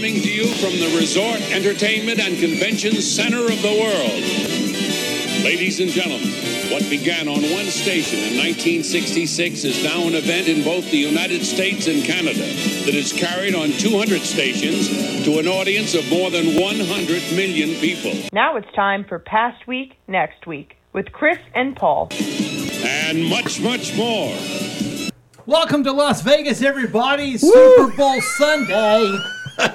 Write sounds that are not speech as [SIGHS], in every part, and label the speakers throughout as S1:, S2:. S1: from the resort, entertainment, and convention center of the world. Ladies and gentlemen, what began on one station in 1966 is now an event in both the United States and Canada that is carried on 200 stations to an audience of more than 100 million people.
S2: Now it's time for Past Week, Next Week with Chris and Paul.
S1: And much, much more.
S3: Welcome to Las Vegas, everybody. Woo! Super Bowl Sunday. we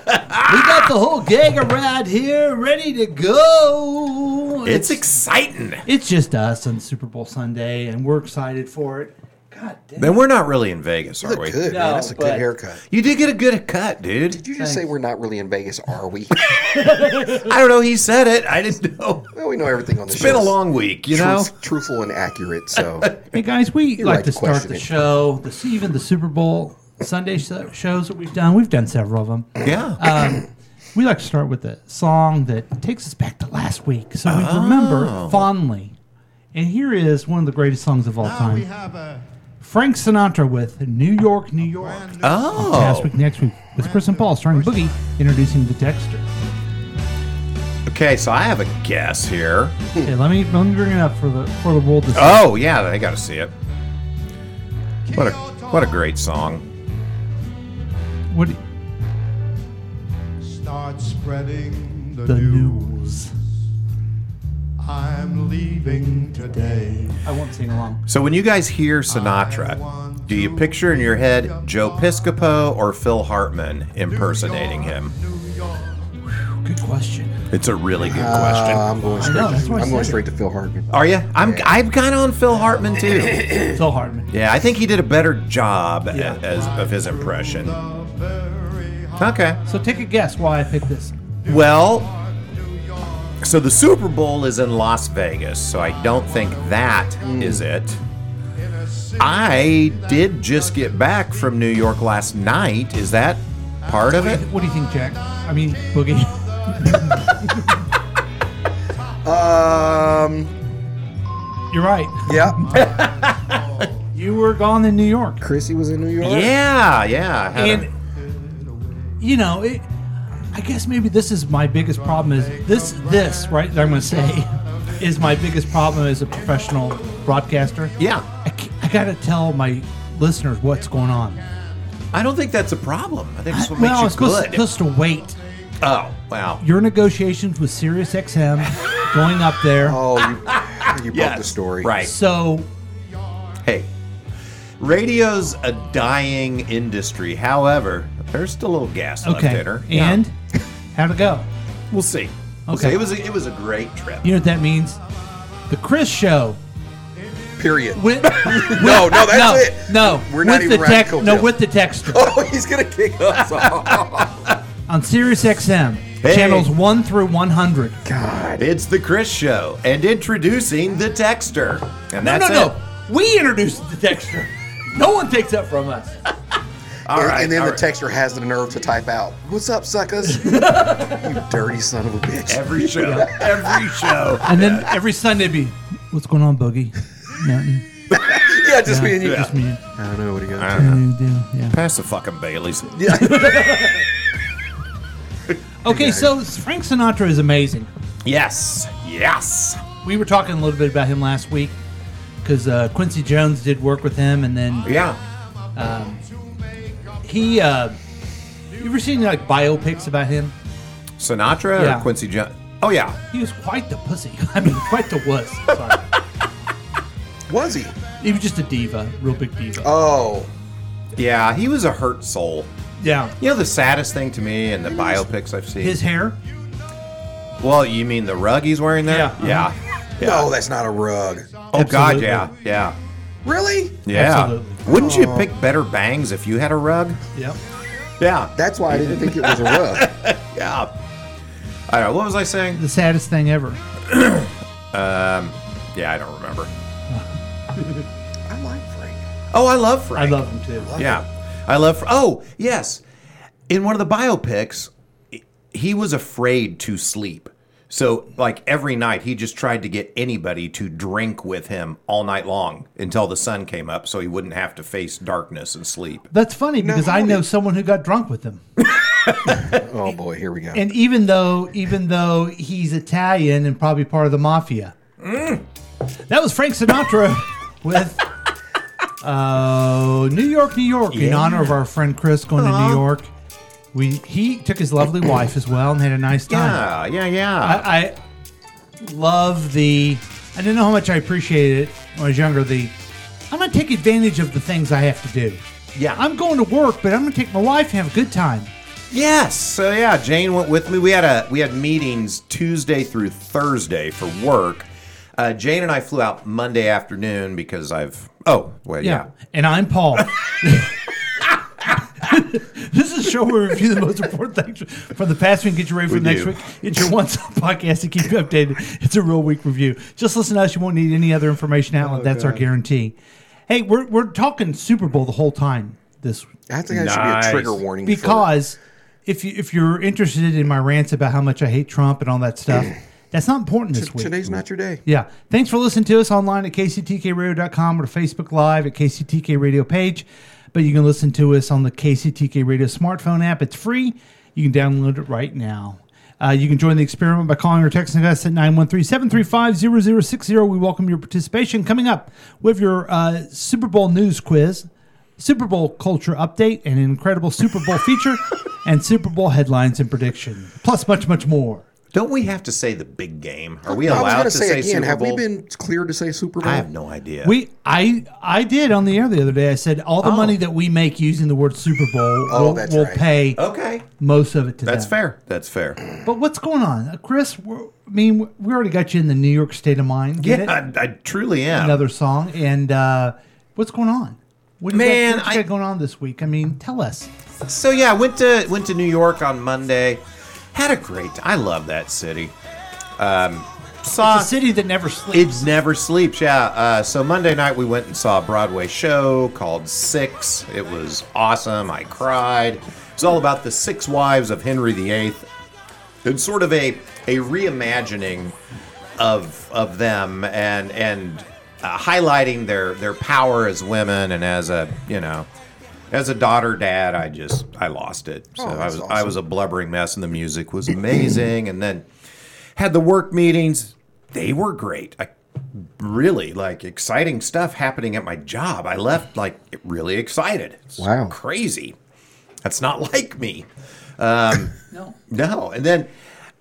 S3: got the whole gang around here ready to go.
S4: It's, it's, exciting.
S3: It's just us on Super Bowl Sunday, and we're excited for it. God damn.
S4: Man, we're not really in Vegas, are we?
S5: Good, no, man. That's a good haircut.
S4: You did get a good cut, dude.
S5: Did you just
S3: Thanks.
S5: say we're not really in Vegas, are we?
S4: I don't know. He said it. I didn't know.
S5: well, we know everything on the
S4: It's
S5: show.
S4: been a long week, you know?
S5: Truth- truthful and accurate, so
S3: Hey, guys, we like
S5: right
S3: to
S5: to
S3: start
S5: question
S3: the
S5: it.
S3: show, this, even the Super Bowl Sunday so- shows that we've done. We've done several of them.
S4: Yeah.
S5: Uh,
S3: We like to start with a song that takes us back to last week, so we remember it fondly. And here is one of the greatest songs of all
S6: Now we
S3: time
S6: have a
S3: Frank Sinatra with New York, New York.
S6: brand new
S3: Last
S4: oh.
S3: week, next week, with Chris and Paul starring Boogie introducing the Dexter.
S4: Okay, so I have a guess here.
S3: Okay, let me let me bring it up for the for the world to see.
S4: Oh, yeah, I got to see it. What a
S6: Kyoto
S4: what a great song.
S3: What
S6: Start spreading the,
S3: the news?
S6: news. I'm leaving today.
S3: I won't sing along.
S4: So when you guys hear Sinatra, do you picture in your head Joe Piscopo or Phil Hartman impersonating him?
S6: New York.
S3: Good question.
S4: It's a really good question.
S5: I'm going straight.
S3: know, that's
S5: to,
S3: what I
S5: I'm going
S3: said.
S5: straight to Phil Hartman.
S4: Are you? I'm I've got on Phil Hartman too.
S3: Phil Hartman.
S4: Yeah, I think he did a better job a-
S3: Yeah.
S4: as of his impression.
S6: The very heart
S4: Okay.
S3: So take a guess why I picked this.
S4: Well,
S6: of New York.
S4: So the Super Bowl is in Las Vegas, so I don't think that
S3: Hmm.
S4: is it.
S6: In a city
S4: I did just get back from New York last night. Is that part of it?
S3: What do you think, Jack? I mean, Boogie. [LAUGHS]
S5: Um,
S3: You're right.
S5: yeah,
S3: You were gone in New York.
S5: Chrissy was in New York.
S4: Yeah, yeah. I had a-
S3: and you know it, i guess maybe this is my biggest problem is this this right that i'm going to say [LAUGHS] is my biggest problem as a professional broadcaster
S4: yeah,
S3: i, ca- I gotta tell my listeners what's going on
S4: I don't think that's a problem. I think it's what
S3: well i'm
S4: makes you
S3: supposed,
S4: good.
S3: supposed to wait
S4: oh, wow.
S3: your negotiations with SiriusXM going up there
S5: [LAUGHS] Oh, you, you broke the story.
S4: Right.
S3: so
S4: Hey, radio's a dying industry. However, there's still a little gas left
S3: okay
S4: in her. Yeah.
S3: and how'd it go
S4: we'll see. We'll
S3: Okay.
S4: see. It was a, it was a great trip.
S3: you know what that means the chris show
S5: Period.
S3: with
S5: no, no, that's
S3: no,
S5: it.
S3: no
S5: We're not
S3: with
S5: even
S3: the
S5: around
S3: tech-
S5: Coke
S3: no
S5: now.
S3: with the texture
S5: [LAUGHS] [LAUGHS] Oh, he's gonna kick us off.
S3: on Sirius XM,
S4: Hey.
S3: channels 1 through 100.
S5: God.
S4: It's the Chris Show, and introducing the texter. And
S3: No,
S4: that's
S3: no,
S4: it.
S3: no. We introduced the texture. [LAUGHS] No one takes that from us.
S4: All
S5: and,
S4: right,
S5: and then
S4: all
S5: the
S4: right.
S5: texture has the nerve to type out, "What's up, suckers? you dirty son of a bitch."
S4: Every show, every show.
S3: [LAUGHS] And then every Sunday be, what's going on, Boogie? Nothing.
S5: [LAUGHS] yeah, just me and you.
S3: Just me.
S5: I don't know what he goes.
S4: I
S5: to.
S4: don't know.
S3: and you do, Yeah.
S4: Pass the fucking Baileys.
S3: Okay, so Frank Sinatra is amazing.
S4: Yes, yes.
S3: We were talking a little bit about him last week because uh, Quincy Jones did work with him, and then
S4: Yeah.
S3: he. Uh, you ever seen like biopics about him?
S4: Sinatra
S3: Yeah.
S4: or Quincy Jones? Oh yeah.
S3: He was quite the pussy. [LAUGHS] I mean, quite the wuss. Sorry.
S5: Was he?
S3: he was just a diva, real big diva.
S5: Oh,
S4: Yeah, he was a hurt soul.
S3: yeah.
S4: You know the saddest thing to me in the biopics I've seen.
S3: His hair.
S4: well, you mean the rug he's wearing there?
S3: Yeah. Uh-huh.
S4: Yeah.
S5: no, that's not a rug.
S4: Oh God,
S3: Absolutely.
S4: yeah, yeah,
S5: Really?
S4: yeah.
S3: Absolutely.
S4: Wouldn't you pick better bangs if you had a rug?
S3: Yep.
S4: Yeah,
S5: That's why I didn't think it was a rug.
S4: yeah. I don't know. What was I saying?
S3: The saddest thing ever.
S4: Yeah, I don't remember.
S5: I like Frank.
S4: Oh, I love Frank.
S3: I love him too.
S4: Yeah, I love. Oh, yes. In one of the biopics, he was afraid to sleep. So, like every night, he just tried to get anybody to drink with him all night long until the sun came up, so he wouldn't have to face darkness and sleep.
S3: That's funny because I
S5: how
S3: know
S5: did-
S3: someone who got drunk with him.
S5: Oh boy, here we go.
S3: and even though even though he's Italian and probably part of the mafia. That was Frank Sinatra [LAUGHS] with uh, New York, New York, in honor of our friend Chris going to New York. We he took his lovely wife as well and had a nice time.
S4: Yeah, yeah, yeah.
S3: I, I love the. I didn't know how much I appreciated it when I was younger. The I'm gonna take advantage of the things I have to do.
S4: Yeah.
S3: I'm going to work, but I'm gonna take my wife and have a good time.
S4: yes. So yeah, Jane went with me. We had a we had meetings Tuesday through Thursday for work. Uh, Jane and I flew out Monday afternoon because I've oh well yeah.
S3: And I'm
S4: [LAUGHS]
S3: Paul. [LAUGHS] this is a show where we review the most important things from the past week and get you ready for
S4: We
S3: next
S4: do.
S3: week. It's your one stop podcast to keep you updated. It's a real week review. Just listen to us. You won't need any other information
S4: Oh,
S3: outlet. That's our guarantee. Hey, we're, we're talking Super Bowl the whole time this
S5: I think that should be
S4: Nice.
S5: a trigger warning for-
S3: because if you if you're interested in my rants about how much I hate Trump and all that stuff, that's not important this week.
S5: today's not your day.
S3: Yeah. Thanks for listening to us online at kctkradio.com or Facebook Live at KCTK Radio page. But you can listen to us on the KCTK Radio smartphone app. It's free. You can download it right now. Uh, you can join the experiment by calling or texting us at 913 735 0060. We welcome your participation. Coming up, we have your uh, Super Bowl news quiz, Super Bowl culture update, and an incredible Super Bowl feature, and Super Bowl headlines and prediction, plus much, much more.
S4: Don't we have to say the big game? Are we
S5: I was
S4: allowed
S5: going
S4: to
S5: to say
S4: say
S5: again,
S4: Super
S5: have
S4: Bowl?
S5: we been cleared to say Super Bowl?
S4: I have no idea.
S3: We I I did on the air the other day. I said all the money that we make using the word Super Bowl
S5: Oh,
S3: will
S5: that's
S3: will
S5: right.
S3: pay
S4: okay.
S3: most of it to
S4: That's
S3: them.
S4: fair.
S3: [CLEARS THROAT]
S4: That's fair.
S3: But what's going on, Uh, Chris? We're, I mean, we already got you in the New York state of mind. Get
S4: Yeah,
S3: it?
S4: I, I truly am.
S3: Another song, and uh, what's going on? What do you
S4: Man,
S3: got, what you
S4: I-
S3: got going on this week? I mean, tell us.
S4: So yeah, went to went to New York on Monday. Had a great. I love that city. Um, saw
S3: It's a city that never sleeps.
S4: It never sleeps, yeah. Uh, so Monday night we went and saw a Broadway show called Six. It was awesome. I cried. It's all about the six wives of Henry VIII. It's sort of a a reimagining of of them and and uh, highlighting their their power as women and as a you know as a daughter dad I just I lost it. So
S5: Oh,
S4: I
S5: that's
S4: was I
S5: awesome.
S4: was a blubbering mess and the music was amazing and then had the work meetings. They were great. I really like exciting stuff happening at my job. I left like really excited. It's
S5: Wow.
S4: crazy. That's not [LAUGHS] like me. Um,
S3: No.
S4: No, and then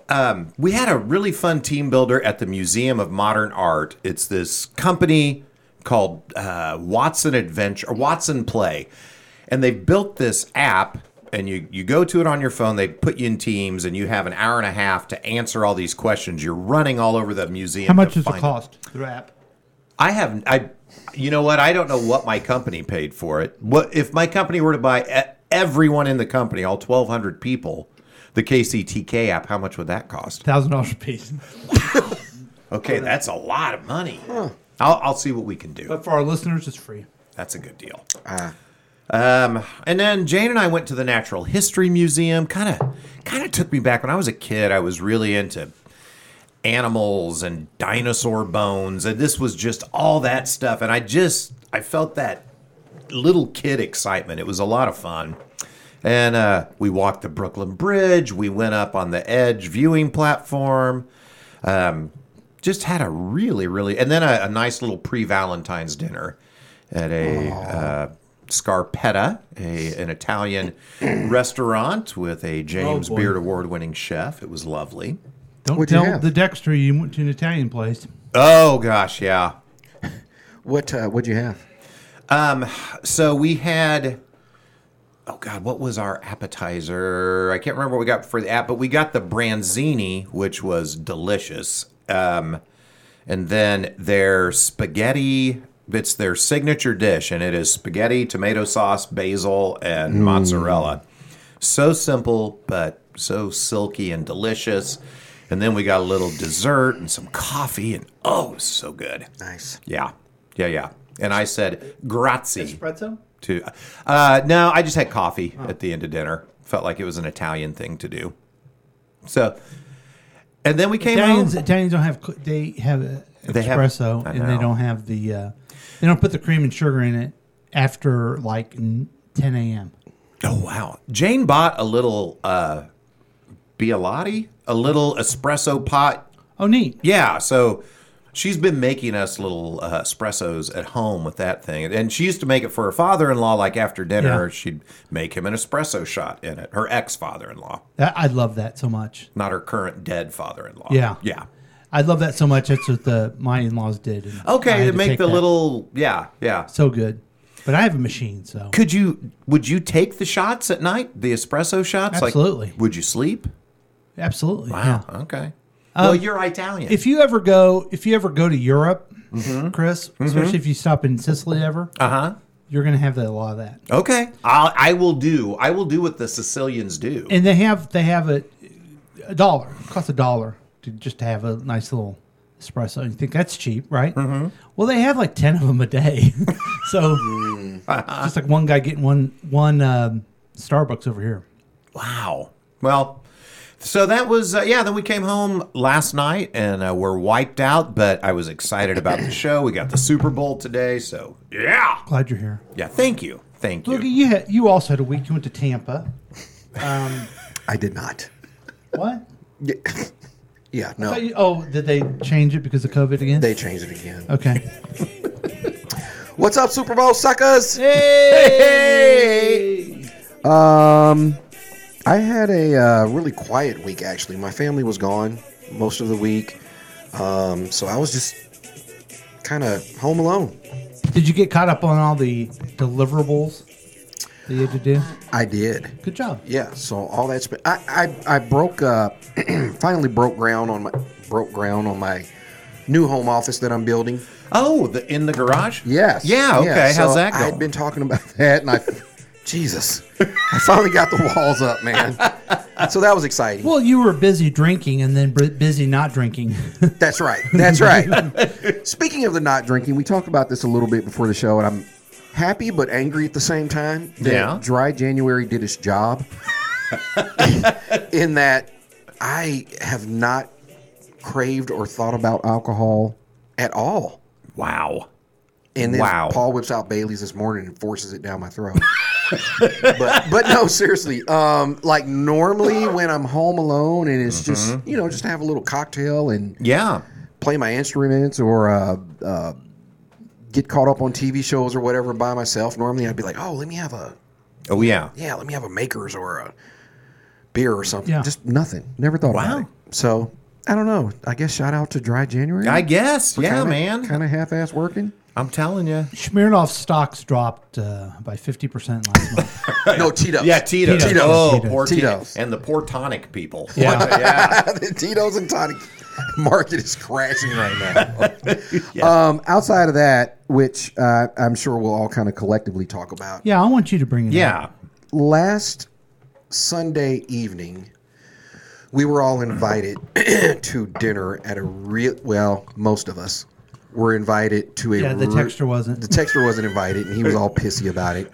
S4: um, we had a really fun team builder at the Museum of Modern Art. It's this company called uh, Watson Adventure, or Watson Play, and they've built this app. And you you go to it on your phone. They put you in teams, and you have an hour and a half to answer all these questions. You're running all over the museum.
S3: How much
S4: to
S3: does it
S4: find-
S3: cost? The app.
S4: I have I you know what? I don't know what my company paid for it. What if my company were to buy e- everyone in the company, all 1200 people, the KCTK app, how much would that cost?
S3: Thousand dollars a piece.
S4: Okay, that's a lot of money. I'll, I'll see what we can do.
S3: But for our listeners, it's free.
S4: That's a good deal.
S5: Ah.
S4: Um, and then Jane and I went to the Natural History Museum. Kind of, kind of took me back when I was a kid. I was really into animals and dinosaur bones, and this was just all that stuff. And I just, I felt that little kid excitement. It was a lot of fun. And uh, we walked the Brooklyn Bridge. We went up on the Edge viewing platform. Um, just had a really, really, and then a, a nice little pre Valentine's dinner at a uh, Scarpetta, a, an Italian restaurant with a James
S3: boy.
S4: Beard Award winning chef. It was lovely.
S3: Don't
S5: What'd you
S3: tell
S5: have?
S3: the Dexter you went to an Italian place.
S4: Oh, gosh, yeah.
S5: What uh, what'd you have?
S4: Um, So we had, oh God, what was our appetizer? I can't remember what we got for the app, but we got the branzini, which was delicious. Um, and then their spaghetti, it's their signature dish, and it is spaghetti, tomato sauce, basil,
S5: Mm.
S4: and mozzarella. So simple, but so silky and delicious. And then we got a little dessert and some coffee, and oh, it was so good.
S5: Nice.
S4: Yeah, yeah, yeah. And I said, grazie
S3: Espresso? Oh.
S4: to uh no i just had coffee at the end of dinner felt like it was an italian thing to do so and then we came
S3: Italians,
S4: home
S3: Italians don't have cl- they have uh,
S4: They have-
S3: espresso
S4: I
S3: and they
S4: know.
S3: don't have the uh, they don't put the cream and sugar in it after like n- 10 a.m.
S4: Oh wow! Jane bought a little uh, Bialotti, a little espresso pot.
S3: Oh, neat.
S4: Yeah, so she's been making us little uh, espressos at home with that thing, and she used to make it for her father-in-law. Like after dinner,
S3: Yeah.
S4: she'd make him an espresso shot in it. Her ex-father-in-law,
S3: That, I love that so much.
S4: not her current dead father-in-law.
S3: Yeah.
S4: yeah.
S3: I love that so much. That's what the my in laws did. and I
S4: Okay,
S3: had
S4: to
S3: to
S4: make
S3: take
S4: the
S3: that.
S4: little yeah, yeah.
S3: so good. But I have a machine, so
S4: Could you? Would you take the shots at night? The espresso shots? Like,
S3: Absolutely.
S4: would you sleep?
S3: absolutely.
S4: Wow.
S3: yeah. Um,
S4: Okay. well, you're Italian.
S3: If you ever go, if you ever go to Europe, Chris, especially if you stop in Sicily ever,
S4: Mm-hmm. uh huh.
S3: you're gonna have that, a lot of that.
S4: Okay, I'll, I will do. I will do what the Sicilians do.
S3: And they have they have a a dollar. It costs a dollar to just to have a nice little espresso. You think that's cheap, right? Mm-hmm. Well, they have like ten of them a day, [LAUGHS] so just like one guy getting one one um, Starbucks over here.
S4: wow. Well, so that was uh, yeah. Then we came home last night and uh, we're wiped out, but I was excited about the show. We got the Super Bowl today, so yeah,
S3: Glad you're here.
S4: yeah. Thank you, thank you.
S3: Look, you had, you also had a week. You went to Tampa.
S5: I did not.
S3: What?
S5: Yeah, [LAUGHS] yeah
S4: [LAUGHS]
S5: no.
S3: Oh, you- Oh, did they change it because of COVID again?
S5: They changed it again.
S3: okay.
S5: What's up, Super Bowl suckers?
S4: Hey!
S5: Um, I had a uh, really quiet week actually. My family was gone most of the week, um, so I was just kind of home alone.
S3: Did you get caught up on all the deliverables that you had to do?
S5: I did.
S3: Good job.
S5: Yeah, so all that's been. I I, I broke uh, [CLEARS THROAT] finally broke ground on my broke ground on my new home office that I'm building.
S4: Oh, the in the garage?
S5: Yes.
S4: Yeah. Okay. How's
S5: so
S4: that
S5: I
S4: going?
S5: had been talking about [LAUGHS] that, and I, Jesus, I finally got the walls
S4: [LAUGHS]
S5: up, man. So that was exciting.
S3: Well, you were busy drinking and then br- busy not drinking. [LAUGHS]
S5: That's right. That's right. [LAUGHS] Speaking of the not drinking, we talked about this a little bit before the show, and I'm happy but angry at the same time. that
S4: Yeah.
S5: Dry January did
S4: [LAUGHS]
S5: its job in that I have not craved or thought about alcohol at all.
S4: wow.
S5: And then
S4: Wow.
S5: Paul whips out Bailey's this morning and forces it down my throat. [LAUGHS] but but no, seriously. Um, like normally when I'm home alone and it's just
S4: Mm-hmm.
S5: you know just have a little cocktail and
S4: Yeah.
S5: play my instruments or uh, uh, get caught up on TV shows or whatever by myself. Normally, I'd be like, "Oh, let me have a
S4: Oh yeah.
S5: yeah, let me have a Maker's or a beer or something."
S3: Yeah.
S5: Just nothing. Never thought
S4: Wow.
S5: about it. So I don't know. I guess shout out to Dry January.
S4: I guess. Yeah, man.
S5: Kind of half-ass
S4: [LAUGHS]
S5: working.
S4: I'm telling you.
S3: Smirnoff's stocks dropped uh, by 50% last
S5: [LAUGHS]
S3: month.
S5: No Tito's.
S4: Yeah, Tito's.
S3: Tito's.
S4: Oh,
S3: Tito's.
S4: poor Tito's.
S5: Tito's.
S4: And the poor tonic people.
S3: Yeah.
S5: the [LAUGHS] Tito's and tonic market is crashing right
S4: [LAUGHS]
S5: now. um, outside of that, which uh, I'm sure we'll all kind of collectively talk about.
S3: yeah, I want you to bring it up.
S4: Yeah.
S5: last Sunday evening, we were all invited [CLEARS THROAT] to dinner at a real. Well, most of us were invited to a.
S3: Yeah, the
S5: re-
S3: texture wasn't.
S5: The texter wasn't invited, and he was all pissy about it.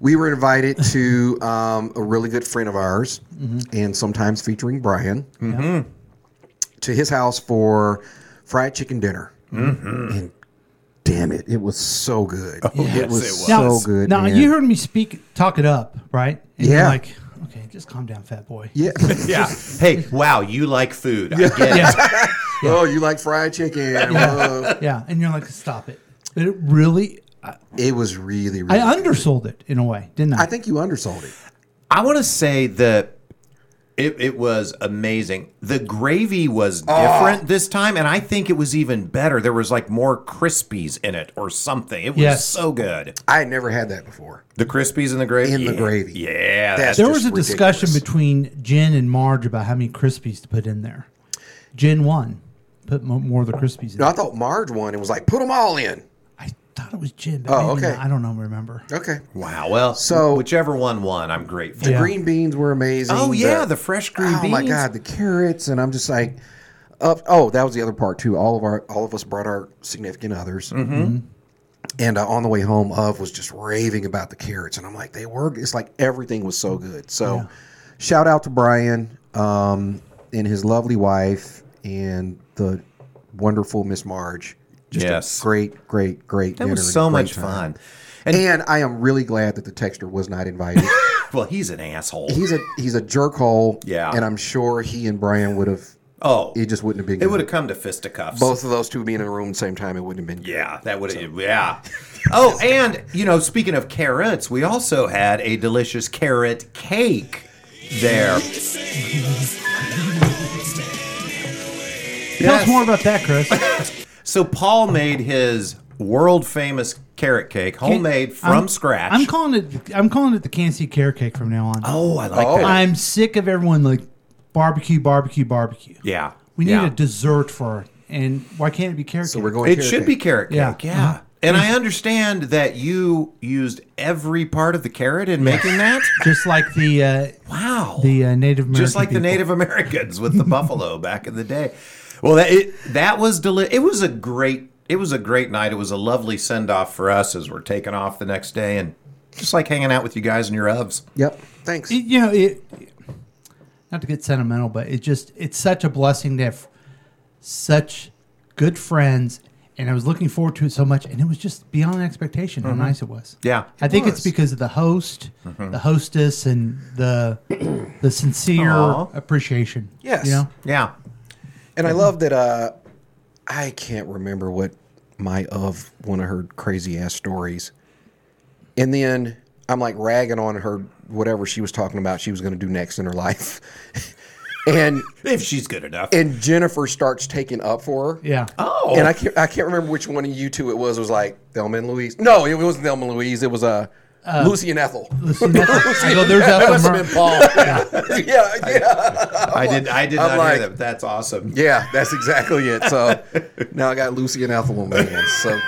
S5: We were invited to um, a really good friend of ours,
S3: Mm-hmm.
S5: and sometimes featuring Brian, to his house for fried chicken dinner.
S3: Mm-hmm.
S5: And damn it, it was so good.
S4: yes,
S5: it, was
S4: it was.
S5: so good.
S3: Oh, Now,
S5: man.
S3: you heard me speak, talk it up, right? And you're
S5: Yeah.
S3: like, okay, just calm down, fat boy. [LAUGHS]
S5: yeah.
S4: Yeah. hey, wow, you like food. I get it.
S3: Yeah.
S5: Oh, you like
S3: [LAUGHS]
S5: fried chicken? Whoa.
S3: yeah. And you're like, stop it. But it really,
S5: it was really,
S3: I
S5: really. I,
S3: undersold it in a way, didn't I?
S5: think you undersold it.
S4: I want to say that it, it was amazing. The gravy was
S5: Ah.
S4: different this time, and I think it was even better. There was like more crispies in it or something. It was
S3: Yes.
S4: so good.
S5: I had never had that before.
S4: The crispies in the gravy?
S5: In the
S4: Yeah.
S5: gravy.
S4: Yeah.
S5: That's-
S4: that's-
S3: there was a
S5: just
S3: discussion
S5: ridiculous.
S3: between Jen and Marge about how many Krispies to put in there. Jen won. Put mo- more of the Krispies in.
S5: No, I thought Marge won and was like, put them all in.
S3: I thought it was Jen, but
S5: Oh,
S3: maybe
S5: okay.
S3: not. I don't know, remember.
S5: Okay.
S4: wow. Well, so
S5: So-
S4: whichever one won, I'm grateful.
S3: Yeah.
S5: Green beans were amazing.
S4: Oh, yeah. The, fresh green
S5: oh
S4: beans.
S5: my god, the carrots, and I'm just like, up. Oh, that was the other part too. All of our, all of us brought our significant others. Mm-hmm. And uh, on the way home, of was just raving about the carrots, and I'm like, they were. It's like everything was so good. So, shout out to Brian um, and his lovely wife and the wonderful Miss Marge. Just
S4: Yes.
S5: a great, great, great.
S4: That
S5: dinner
S4: was
S5: and
S4: so
S5: great
S4: much
S5: time.
S4: fun.
S5: And I am really glad that the texture was not invited
S4: Well, he's an asshole.
S5: He's a he's a jerk hole.
S4: Yeah.
S5: And I'm sure he and Brian would have.
S4: oh,
S5: It just wouldn't have been.
S4: it
S5: good.
S4: would have come to fisticuffs.
S5: Both of those two being in the room at the same time, it wouldn't have been.
S4: Yeah, that would have. Yeah. [LAUGHS] Oh, and you know, speaking of carrots, we also had a delicious carrot cake there.
S3: Tell
S4: Yes.
S3: us more about that, Chris.
S4: So Paul made his world famous carrot cake, [LAUGHS] homemade from
S3: I'm-
S4: scratch.
S3: I'm calling it. I'm calling it the Kansas City carrot cake from now on.
S4: oh, I like that.
S3: I'm sick of everyone like barbecue, barbecue, barbecue.
S4: yeah,
S3: We need
S4: yeah.
S3: a dessert for it, and why can't it be carrot
S5: So
S3: cake?
S5: we're going.
S4: It
S5: carrot
S4: should
S5: cake.
S4: be carrot cake. Yeah.
S3: Yeah. Uh-huh.
S4: And I understand that you used every part of the carrot in making that.
S3: just like the uh,
S4: Wow.
S3: the uh, Native American
S4: just like the
S3: people.
S4: Native Americans with
S3: [LAUGHS]
S4: the buffalo back in the day. Well, that it, that was deli- It was a great. It was a great night. It was a lovely send off for us as we're taking off the next day and just like hanging out with you guys and your ups.
S5: Yep. Thanks.
S4: E,
S3: It- you know it. Not to get sentimental, but it just it's such a blessing to have such good friends, and I was looking forward to it so much, and it was just beyond expectation how nice it was.
S4: Yeah.
S3: I think
S5: Mm-hmm. was. Mm-hmm.
S3: it's because of the host, the hostess, and the the sincere
S4: Aw.
S3: appreciation.
S5: Yes.
S3: you know?
S4: Yeah.
S5: And I love that. Uh, I can't remember what my of one of her crazy ass stories. And then I'm like ragging on her whatever she was talking about she was going to do next in her life, [LAUGHS] and
S4: If she's good enough.
S5: and Jennifer starts taking up for her.
S3: yeah.
S4: oh.
S5: And I can't, I can't remember which one of you two it was. It was like Thelma and Louise. No, it wasn't Thelma and Louise. It was uh, [LAUGHS] Lucy and Ethel.
S3: So that's- I go, there's that
S5: must have been Paul. yeah, yeah.
S4: I did. I did
S5: I'm
S4: not
S5: like-
S4: hear that. But that's awesome.
S5: Yeah, that's exactly it. [LAUGHS] So now I got Lucy and Ethel on my hands. [LAUGHS] So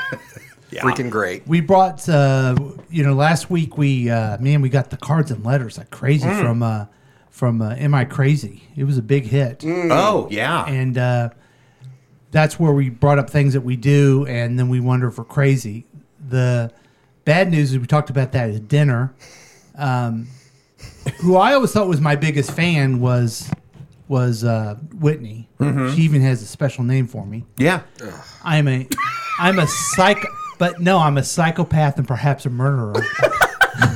S5: freaking great. [LAUGHS]
S3: We brought, uh, you know, last week we, uh, man, we got the cards and letters like crazy from uh, from uh, Am I Crazy? It was a big hit,
S4: Oh yeah.
S3: and uh, that's where we brought up things that we do, and then we wonder if we're crazy. The bad news is we talked about that at dinner. Um, who I always thought was my biggest fan was was uh, Whitney. She even has a special name for me.
S4: yeah.
S3: I'm a I'm a psych but no, I'm a psychopath and perhaps a murderer.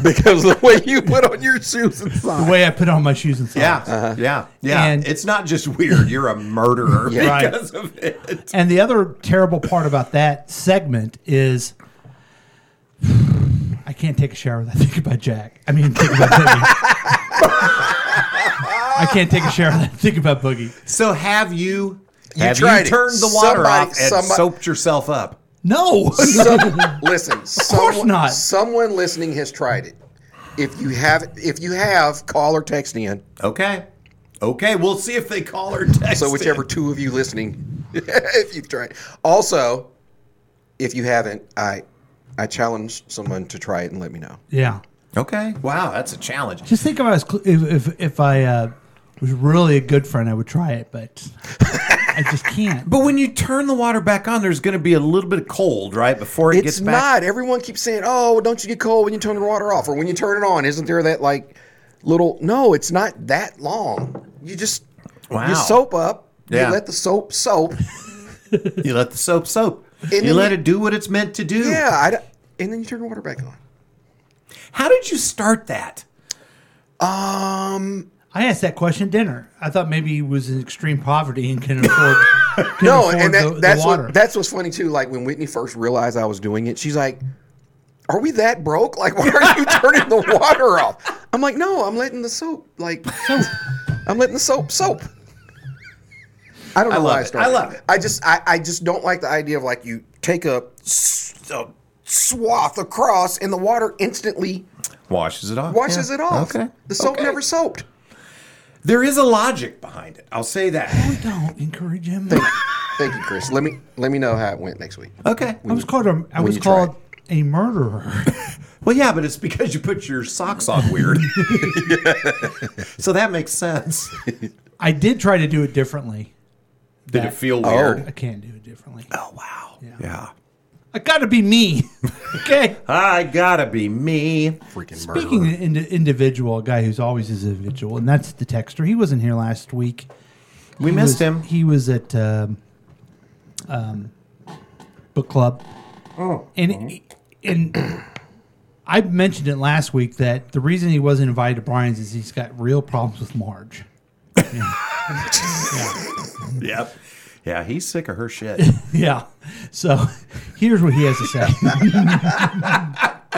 S5: because the way you put on your shoes and
S3: the
S5: socks.
S3: way I put on my shoes and socks.
S4: Yeah,
S5: Uh-huh.
S4: yeah, yeah.
S3: And-
S4: it's not just weird. You're a
S5: [LAUGHS]
S4: murderer
S3: Right.
S4: because of it.
S3: And the other terrible part about that segment is I can't take a shower without [LAUGHS] thinking about Jack. I mean think about Boogie. I can't take a shower without thinking about Boogie.
S4: So have you?
S5: You
S4: have
S5: tried
S4: you
S5: it.
S4: turned the water
S5: Somebody-
S4: off and
S5: somebody-
S4: soaped yourself up?
S3: No. [LAUGHS]
S5: Some- listen, someone,
S3: not.
S5: someone listening has tried it. If you have, if you have, call or text in.
S4: Okay. Okay, we'll see if they call or text.
S5: So whichever
S4: in.
S5: two of you listening, [LAUGHS] if you've tried. Also, if you haven't, I, I challenge someone to try it and let me know.
S3: yeah.
S4: Okay. Wow, that's a challenge.
S3: Just think if I was cl- if if, if I uh, was really a good friend, I would try it, but I just can't.
S4: But when you turn the water back on, there's going to be a little bit of cold, right? Before it
S5: It's
S4: gets back.
S5: not. Everyone keeps saying, "Oh, don't you get cold when you turn the water off, or when you turn it on?" Isn't there that like little? No, it's not that long. You just
S4: Wow.
S5: you soap up.
S4: Yeah.
S5: You let the
S4: [LAUGHS]
S5: soap soap.
S4: You let the soap soap.
S5: then
S4: you let
S5: you-
S4: it do what it's meant to do.
S5: yeah, I, don't- and then you turn the water back on.
S4: How did you start that?
S5: Um,
S3: I asked that question at dinner. I thought maybe he was in extreme poverty and can afford. Can
S5: no,
S3: afford
S5: and
S3: the-
S5: that,
S3: the
S5: that's
S3: water.
S5: what that's what's funny too. Like when Whitney first realized I was doing it, she's like, "Are we that broke? Like, [LAUGHS] why are you turning the water off?" I'm like, "No, I'm letting the soap like I'm letting the soap soap." I don't know
S4: I love
S5: why I
S4: it.
S5: started.
S4: I love it.
S5: I just I, I just don't like the idea of like you take a, s- a swath across and the water instantly
S4: Washes it off.
S5: washes
S4: Yeah.
S5: it off.
S4: Okay.
S5: The soap
S4: Okay.
S5: never soaped.
S4: There is a logic behind it. I'll say that.
S3: Don't encourage him.
S5: Thank you, Chris. Let me let me know how it went next week.
S4: Okay.
S3: I was called a, I
S5: when
S3: was
S5: you try
S3: called a murderer. [LAUGHS]
S4: Well, yeah, but it's because you put your socks on
S5: [LAUGHS]
S4: weird. [LAUGHS] so that makes sense.
S3: I did try to do it differently.
S4: Did it feel weird?
S3: I can't do it differently.
S4: Oh, wow. yeah.
S3: I got to be me. [LAUGHS] okay.
S4: I gotta be me.
S5: Freaking
S3: Speaking of indi- individual, a guy who's always his individual, and that's the texter. He wasn't here last week.
S4: We
S3: He
S4: missed
S3: was-
S4: him.
S3: He was at um,
S4: Oh,
S3: um, book club, and and I mentioned it last week that the reason he wasn't invited to Brian's is he's got real problems with Marge. [LAUGHS]
S4: Yep. Yeah, he's sick of her
S3: [LAUGHS]
S4: shit.
S3: Yeah. So here's what he has to say. [LAUGHS]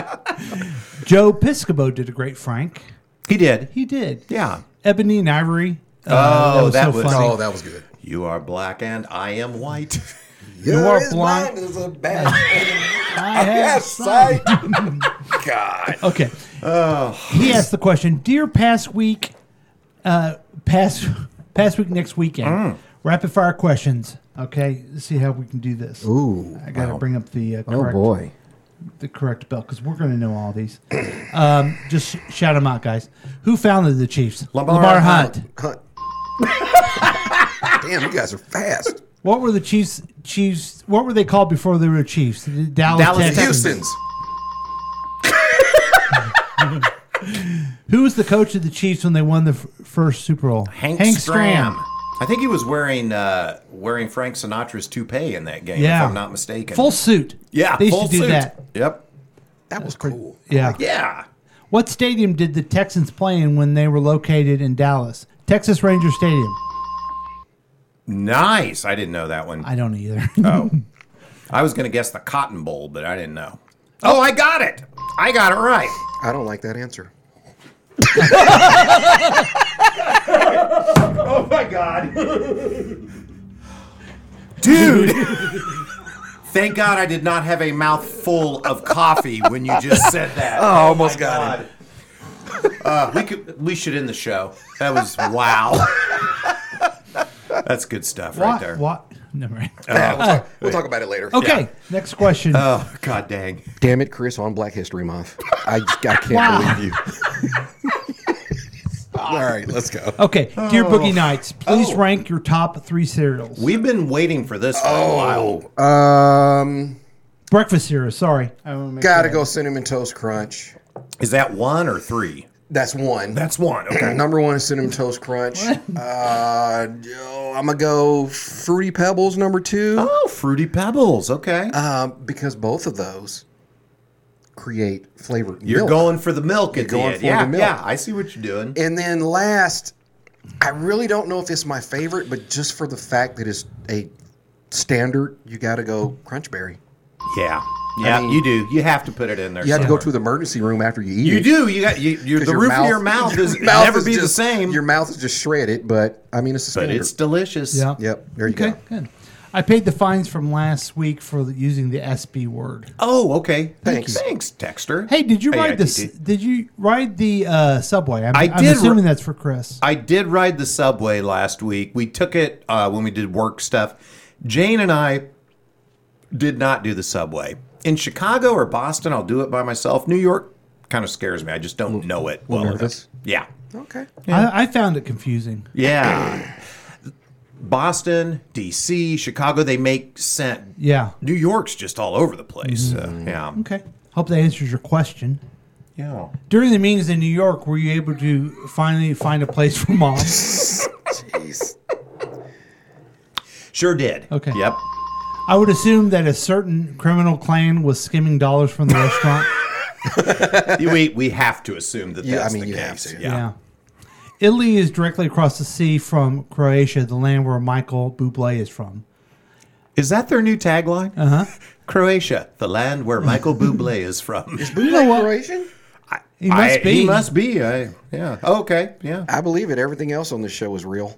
S3: Joe Piscopo did a great Frank.
S4: he did.
S3: He did.
S4: Yeah.
S3: Ebony and Ivory.
S4: Oh, that was-
S3: funny.
S5: Oh, that was good.
S4: You are black and I am white.
S3: [LAUGHS]
S5: You
S3: are blind.
S5: is a
S4: [LAUGHS]
S5: bad.
S3: I have
S5: sight. God.
S3: Okay. He asked the question, dear past week, uh, past past week next weekend.
S4: Mm.
S3: Rapid fire questions. Okay, let's see how we can do this.
S5: Ooh.
S3: I gotta bring up the uh,
S5: Oh
S3: correct,
S5: boy.
S3: the correct bell because we're gonna know all these. um, just shout them out, guys. Who founded the Chiefs?
S4: Lamar
S3: Hunt.
S5: [LAUGHS] Damn, you guys are fast.
S3: What were the Chiefs? Chiefs. What were they called before they were Chiefs? The Dallas,
S4: Dallas
S3: Texans.
S5: Houston's.
S3: Who was the coach of the Chiefs when they won the f- first Super Bowl?
S4: Hank, Stram. I think he was wearing uh, wearing Frank Sinatra's toupee in that game,
S3: Yeah.
S4: if I'm not mistaken.
S3: Full suit.
S4: yeah,
S3: they used
S4: full
S3: to do
S4: suit.
S3: that.
S4: Yep.
S5: That was cool.
S3: Yeah.
S4: Yeah.
S3: What stadium did the Texans play in when they were located in Dallas? Texas Ranger Stadium.
S4: Nice. I didn't know that one.
S3: I
S4: I,
S3: don't either.
S4: was going to guess the Cotton Bowl, but I didn't know. Oh, I got it. I got it right.
S5: I don't like that answer.
S4: Oh my god. [LAUGHS] Dude. [LAUGHS] Thank God I did not have a mouthful of coffee when you just said that. Oh,
S5: almost
S4: God. Uh, we could we should end the show. That was wow. That's good stuff right
S3: [LAUGHS] what?
S4: there.
S3: What? Never mind.
S5: we'll, talk, we'll talk about it later.
S3: Okay. Next question.
S4: Oh god dang.
S5: Damn it, Chris, on Black History Month. I, just- I can't
S3: Wow.
S5: believe you.
S3: [LAUGHS]
S5: All right, let's go.
S3: okay. Dear Boogie Nights, please rank your top three cereals.
S4: We've been waiting for this for a while.
S5: Um,
S3: Breakfast cereal. Sorry. I wanna make
S5: gotta
S3: sure.
S5: go cinnamon toast crunch.
S4: Is that one or three?
S5: That's one.
S4: That's one. Okay.
S5: Number one is cinnamon toast crunch. uh, oh, I'm gonna go fruity pebbles. Number two,
S4: [CLEARS THROAT] Oh, fruity pebbles. Okay.
S5: um, because both of those create flavored.
S4: You're
S5: milk.
S4: going for the milk at the
S5: going
S4: end.
S5: for
S4: yeah,
S5: the milk.
S4: yeah. I see what you're doing.
S5: And then last, I really don't know if it's my favorite, but just for the fact that it's a standard, you got to go Crunchberry.
S4: yeah, yeah.
S5: mean-
S4: you do. You have to put it in there.
S5: You have to go
S4: somewhere.
S5: to the emergency room after you eat
S4: You
S5: it.
S4: do. You got. You, you're,
S5: 'cause
S4: the
S5: your
S4: roof
S5: mouth-
S4: of your mouth is
S5: [LAUGHS] your mouth
S4: never
S5: is
S4: be the
S5: just-
S4: same.
S5: Your mouth is just shredded, but I mean, it's a
S4: but
S5: standard.
S4: it's delicious.
S3: Yeah.
S5: yep, there you
S3: Okay.
S5: go.
S3: Good. I paid the fines from last week for the, using the SB word.
S4: Oh, okay.
S5: Thanks.
S4: Thanks, Texter.
S3: Hey, did you ride this?
S4: AITT.
S3: Did you ride the uh, subway? I'm,
S4: I
S3: am
S4: did
S3: assuming
S4: ri-
S3: that's for Chris.
S4: I did ride the subway last week. We took it uh, when we did work stuff. Jane and I did not do the subway in Chicago or Boston. I'll do it by myself. New York kind of scares me. I just don't know it well. enough.
S5: nervous.
S4: Yeah.
S5: Okay.
S3: I, I found it confusing.
S4: Yeah. [CLEARS THROAT] Boston, D.C., Chicago, they make sense.
S3: Yeah.
S4: New York's just all over the place. So, yeah.
S3: Mm. Okay. Hope that answers your question.
S4: Yeah.
S3: During the meetings in New York, were you able to finally find a place for mom?
S4: [LAUGHS]
S5: Jeez.
S4: Sure did.
S3: Okay.
S4: Yep.
S3: [LAUGHS] I would assume that a certain criminal clan was skimming dollars from
S4: [LAUGHS]
S3: the restaurant.
S4: we we have to assume that
S5: Yeah,
S4: that's
S5: I mean,
S4: the
S5: you have
S4: case.
S5: to.
S4: Yeah.
S3: Italy is directly across the sea from Croatia, the land where Michael Bublé is
S4: [LAUGHS]
S3: from.
S4: Is that their new tagline?
S3: Uh-huh.
S4: Uh huh. [LAUGHS] Croatia, the land
S3: [LAUGHS]
S4: where Michael Bublé is from.
S5: You know what? Croatian?
S3: He must
S4: I-
S3: be.
S4: He must be. I, yeah. Okay. Yeah.
S5: I believe it. Everything else on this show is real.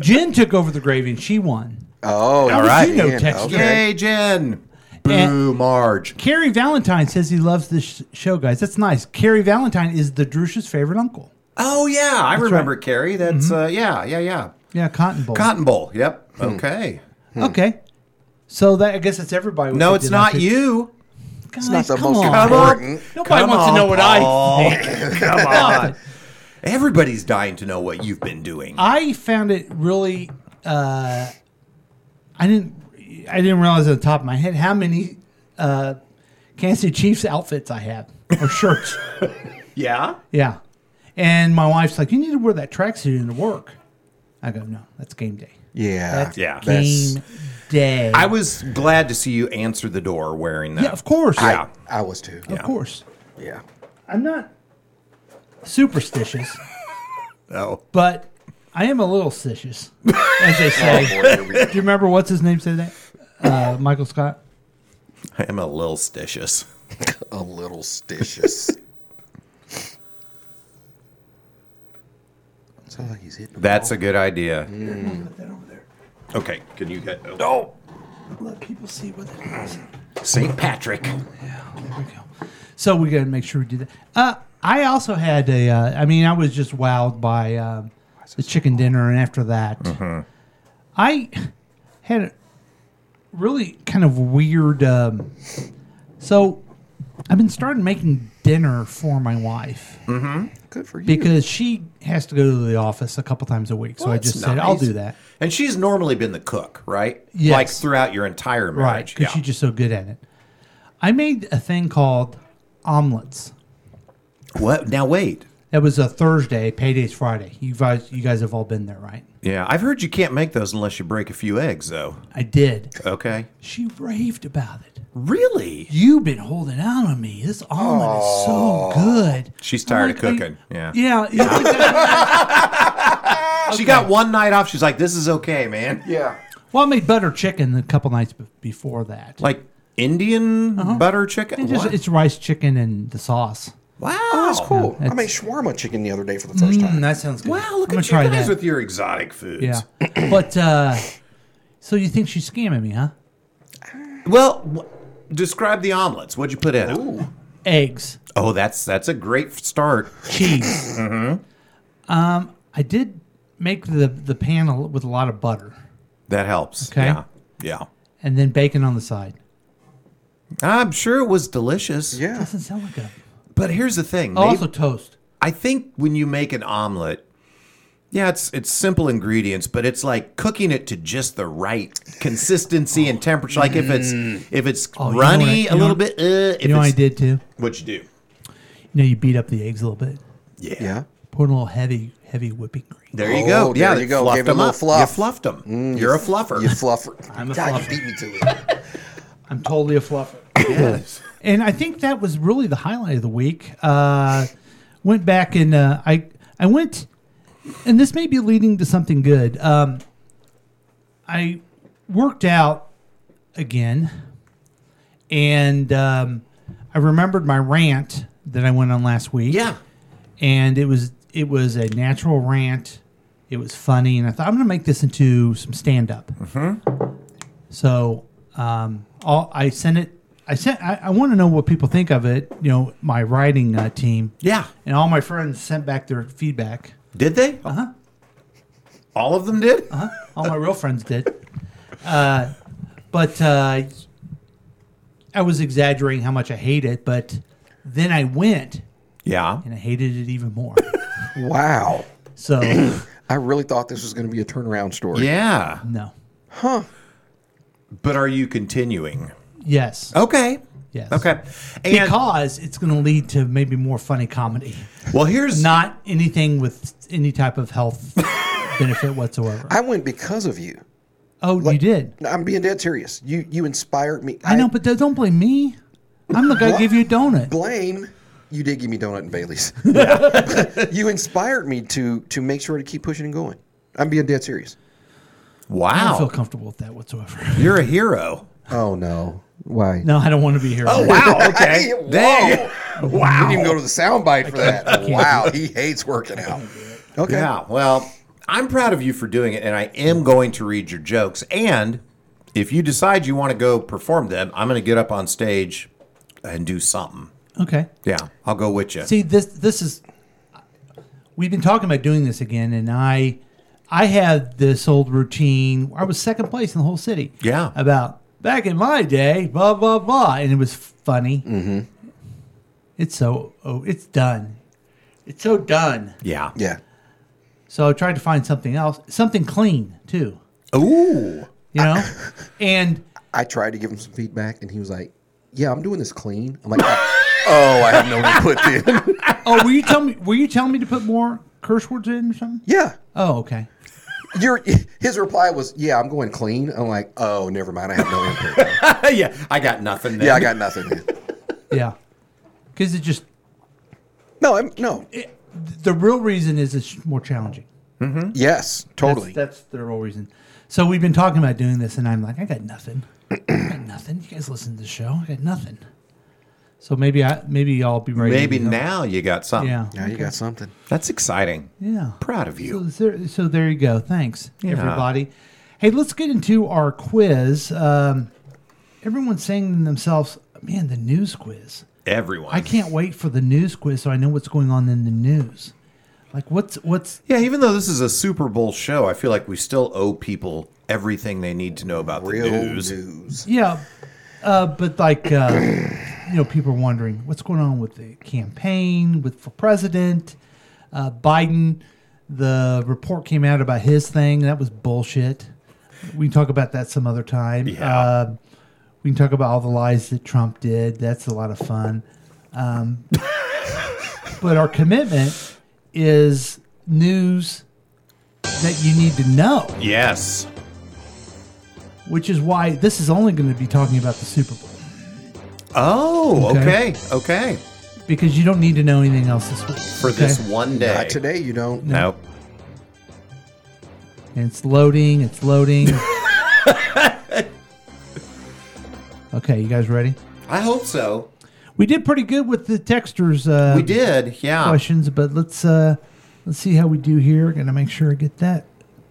S3: Jen took over the gravy and she won.
S5: Oh,
S4: All right.
S3: you know,
S5: man,
S3: Texter.
S5: okay.
S4: Yay, Jen. Boo, Marge.
S3: Carrie Valentine says he loves this sh- show, guys. That's nice. Carrie Valentine is the Drusha's favorite uncle.
S4: Oh yeah, I remember Carrie. That's
S3: Mm-hmm.
S4: uh, yeah, yeah, yeah.
S3: Yeah, Cotton Bowl.
S4: Cotton Bowl. Yep.
S3: Hmm.
S4: Okay.
S3: Okay. So that I guess that's everybody.
S4: No, it's not you.
S3: It's
S5: not the
S4: Come
S5: most
S4: on.
S5: Important.
S3: Nobody
S4: Come
S3: wants
S4: on,
S3: to know what
S4: Paul.
S3: I think. [LAUGHS]
S4: [LAUGHS] Come on. Everybody's dying to know what you've been doing.
S3: I found it really. Uh, I didn't. I didn't realize at the top of my head how many uh, Kansas City Chiefs outfits I have or
S4: [LAUGHS]
S3: shirts.
S4: Yeah.
S3: yeah, and my wife's like, "You need to wear that tracksuit into work." I go, "No, that's game day."
S5: Yeah.
S3: That's
S4: Yeah.
S5: That's-
S3: game day.
S4: I was glad to see you answer the door wearing that.
S3: yeah, of course.
S4: Yeah.
S5: I was too.
S3: Of course.
S5: Yeah.
S3: I'm not superstitious,
S4: Oh.
S3: but I am a little stitious, as they say.
S5: Oh, Boy, here we
S3: Do you remember what's his name said that? Uh, Michael Scott.
S4: I am a little stitious.
S5: a little stitious. [LAUGHS] Sounds like he's hitting. the
S4: That's
S5: ball.
S4: a good idea.
S3: Put that over there.
S4: Okay. Can you get. Oh.
S3: Let people see what that is.
S4: St. Patrick.
S3: There we go. So we got to make sure we do that. Uh, I also had a. Uh, I mean, I was just wowed by uh, the chicken dinner, and after that,
S5: Mm-hmm.
S3: I had a really kind of weird. Um, so I've been starting making dinner for my wife
S5: good for you.
S3: because she has to go to the office a couple times a week. So I
S4: that's
S3: just said, "I'll
S4: nice.
S3: do that."
S4: And she's normally been the cook, right?
S3: Yes.
S4: Like throughout your entire
S3: Right,
S4: marriage.
S3: because she's just so good at it. I made a thing called omelets.
S4: What? Now, wait.
S3: That was a Thursday. Payday's Friday. You guys, you guys have all been there, right?
S4: Yeah. I've heard you can't make those unless you break a few eggs, though.
S3: I did.
S4: Okay.
S3: She raved about it.
S4: Really?
S3: You've been holding out on me. This omelet is so good.
S4: She's
S3: I'm
S4: tired of
S3: like, I-
S4: cooking. yeah.
S3: Yeah.
S4: [LAUGHS]
S3: it's like-
S4: She got one night off. She's like, this is okay, man.
S5: yeah.
S3: well, I made butter chicken a couple nights be- before that.
S4: Like Indian butter chicken?
S3: It's Uh-huh. just-
S4: What?
S3: it's rice chicken and the sauce.
S4: wow.
S5: That's cool. I
S3: that's- Mm,
S5: made shawarma chicken the other day for the first time.
S3: that sounds good.
S4: Wow, look
S3: I'm gonna
S4: at you
S3: try
S4: guys
S3: that.
S4: with your exotic foods.
S3: yeah. [LAUGHS] but uh, so you think she's scamming me, huh?
S4: Well, w- describe the omelets. What'd you put in it?
S3: Eggs,
S4: Oh, that's that's a great start.
S3: cheese. [LAUGHS] mm-hmm. Um, I did make the the pan a l- with a lot of butter.
S4: That helps.
S3: Okay.
S4: Yeah. Yeah.
S3: and then bacon on the side.
S4: I'm sure it was delicious.
S5: Yeah.
S3: Doesn't sound like a.
S4: But here's the thing.
S3: Oh,
S4: maybe-
S3: also toast.
S4: I think when you make an omelet, yeah, it's it's simple ingredients, but it's like cooking it to just the right consistency and temperature. Like if it's if it's
S3: Oh, you know what I-
S4: runny
S3: you
S4: a
S3: know
S4: little
S3: what-
S4: bit, uh, if
S3: You know what I
S4: it's-
S3: did too?
S4: What'd you do?
S3: You know, you beat up the eggs a little bit.
S4: Yeah.
S5: Yeah.
S3: Put in a little heavy, heavy whipping cream.
S4: There you
S5: Oh,
S4: go.
S5: there
S4: yeah,
S5: you go.
S4: Fluffed
S5: Gave it a
S4: them
S5: little
S4: up.
S5: fluff.
S4: You fluffed them.
S3: Mm.
S4: You're a fluffer.
S5: You fluffer.
S3: [LAUGHS] I'm a
S5: God,
S3: fluffer.
S5: you beat me to it.
S3: I'm totally a fluffer. [LAUGHS] and I think that was really the highlight of the week. Uh, went back and uh, I I went, and this may be leading to something good. Um, I worked out again, and um, I remembered my rant that I went on last week.
S4: yeah.
S3: and it was it was a natural rant. It was funny, and I thought I'm going to make this into some stand up. So um, all, I sent it. I sent. I, I want to know what people think of it. You know, my writing uh, team
S4: Yeah.
S3: and all my friends sent back their feedback.
S4: Did they? Uh huh.
S3: Uh-huh.
S4: All of them did. Uh-huh.
S3: All my real friends did. Uh, but uh, I was exaggerating how much I hate it. But then I went
S4: Yeah.
S3: and I hated it even more.
S5: Wow.
S3: so
S5: I really thought this was going to be a turnaround story.
S4: Yeah.
S3: no.
S4: But are you continuing?
S3: Yes.
S4: Okay.
S3: Yes.
S4: Oh, Okay. And
S3: because it's going to lead to maybe more funny comedy,
S4: well, here's
S3: not anything with any type of
S4: [LAUGHS]
S3: health benefit whatsoever.
S5: I went because of you.
S3: oh, you did.
S5: No, I'm being dead serious. You you inspired me.
S3: I, know, but th- don't blame me. I'm the guy who gave you a donut.
S5: blame you did give me donut
S3: [LAUGHS]
S5: and Bailey's. [LAUGHS] you inspired me to to make sure to keep pushing and going. I'm being dead serious.
S3: I don't feel
S4: wow.
S3: comfortable with that whatsoever. [LAUGHS]
S4: You're a hero.
S5: Oh no. Why? [LAUGHS]
S3: No, I don't want to be here.
S4: Oh wow! Okay,
S5: Whoa.
S4: dang!
S5: We
S4: Wow!
S5: didn't even go to the soundbite for that. Wow, he hates working out. Okay.
S4: Yeah. Well, I'm proud of you for doing it, and I am going to read your jokes. And if you decide you want to go perform them, I'm going to get up on stage and do something.
S3: Okay.
S4: Yeah, I'll go with you.
S3: See, this this is we've been talking about doing this again, and I I had this old routine. I was second place in the whole city.
S4: Yeah.
S3: About back in my day, blah blah blah, and it was funny. Mm-hmm. It's so oh, it's done. It's so done.
S4: yeah.
S5: Yeah.
S3: So I tried to find something else, something clean too.
S4: Ooh.
S3: You
S4: [LAUGHS]
S3: know, and
S5: I tried to give him some feedback and he was like, Yeah, I'm doing this clean. I'm like, [LAUGHS] Oh, I have no input then.
S3: oh, were you telling me? Were you telling me to put more curse words in or something?
S5: [LAUGHS] yeah.
S3: Oh, okay.
S5: Your his reply was, "Yeah, I'm going clean." I'm like, "Oh, never mind. I have no
S4: [LAUGHS]
S5: input.
S4: yeah, I got nothing. Then.
S5: [LAUGHS] yeah, I got nothing." man.
S3: Yeah, because it just
S5: No, I'm, no.
S3: the real reason is it's more challenging.
S5: Yes, totally.
S3: That's, that's the real reason. So we've been talking about doing this, and I'm like, I got nothing. [CLEARS THROAT] I got nothing. You guys listen to the show. I got nothing. So maybe I maybe I'll be ready. to
S4: Maybe
S3: do something.
S4: now you got something.
S3: Yeah.
S5: yeah, you got something.
S4: That's exciting.
S3: Yeah.
S4: Proud of
S3: So
S4: you.
S3: there, so there you go. Thanks, everybody. Hey, let's get into our quiz. Um, everyone's saying to themselves, man, the news quiz.
S4: Everyone.
S3: I can't wait for the news quiz so I know what's going on in the news. Like, what's, what's,
S4: Yeah, even though this is a Super Bowl show, I feel like we still owe people everything they need to know about
S5: Real
S4: the news.
S5: news.
S3: yeah. Uh, but like, uh, you know, people are wondering what's going on with the campaign, with for president, uh, Biden. The report came out about his thing. That was bullshit. We can talk about that some other time.
S4: Yeah.
S3: Uh, we can talk about all the lies that Trump did. That's a lot of fun. Um, [LAUGHS] but our commitment is news that you need to know,
S4: Yes.
S3: which is why this is only going to be talking about the Super Bowl
S4: Oh,
S3: Okay.
S4: okay. Okay.
S3: because you don't need to know anything else this week.
S4: For this one day.
S5: Not today, you don't.
S4: Nope.
S3: And it's loading. It's
S4: [LAUGHS]
S3: loading. okay, you guys ready?
S4: I hope so.
S3: We did pretty good with the textures. Uh,
S4: We did. Yeah.
S3: questions, but let's uh, let's see how we do here. Gonna make sure I get that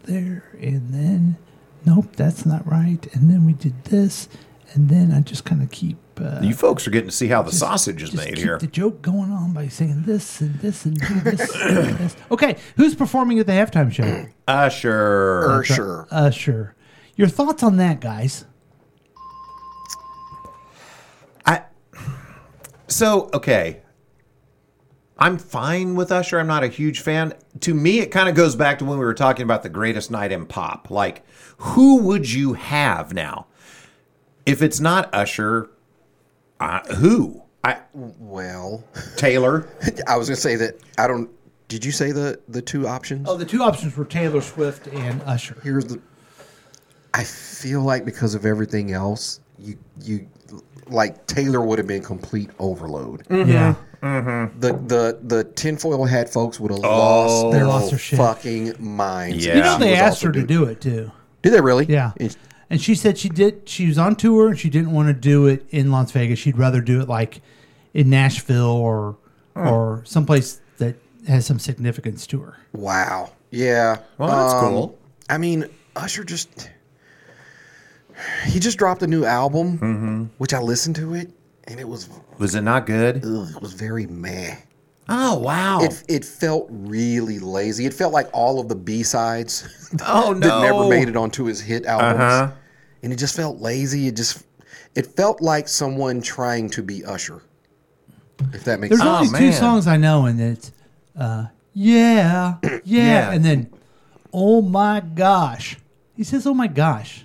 S3: there, and then nope, that's not right. And then we did this, and then I just kind of keep. Uh,
S4: You folks are getting to see how the
S3: just-
S4: sausage is
S3: just
S4: made
S3: keep
S4: here.
S3: The joke going on by saying this and this and do this and this.
S4: [COUGHS]
S3: Okay, who's performing at the halftime show?
S4: Usher.
S5: For sure.
S3: Uh, sure. Your thoughts on that, guys?
S4: I So, okay. I'm fine with Usher. I'm not a huge fan. To me, it kind of goes back to when we were talking about the greatest night in pop. Like, who would you have now? If it's not Usher, uh, who? I
S5: Well, [LAUGHS]
S4: Taylor.
S5: I was gonna say that I don't. Did you say the the two options?
S3: Oh, the two options were Taylor Swift and Usher.
S5: Here's the. I feel like because of everything else, you you like Taylor would have been complete overload.
S3: Yeah.
S5: The the the tinfoil hat folks would have lost their
S3: Lost their shit.
S5: fucking minds.
S4: Yeah.
S3: You know
S5: She
S3: they
S5: was
S3: asked
S5: also
S3: her to
S5: doing-
S3: do it too.
S5: Did they really?
S3: Yeah.
S5: It's-
S3: And she said she did. She was on tour and she didn't want to do it in Las Vegas. She'd rather do it like in Nashville or or someplace that has some significance to her.
S5: Wow. Yeah.
S4: Well, that's
S5: Um,
S4: cool.
S5: I mean, Usher just he just dropped a new album, which I listened to it, and it was
S4: Was it not good?
S5: ugh, it was very meh.
S4: Oh wow!
S5: It it felt really lazy. It felt like all of the B sides
S4: oh
S5: [LAUGHS] that never made it onto his hit albums, and it just felt lazy. It just it felt like someone trying to be Usher. If that makes
S3: There's
S5: sense.
S3: only two
S4: Oh, man.
S3: songs I know, and it's uh, yeah,
S4: [CLEARS THROAT]
S3: yeah,
S4: Yeah.
S3: and then oh my gosh. He says, "Oh my gosh."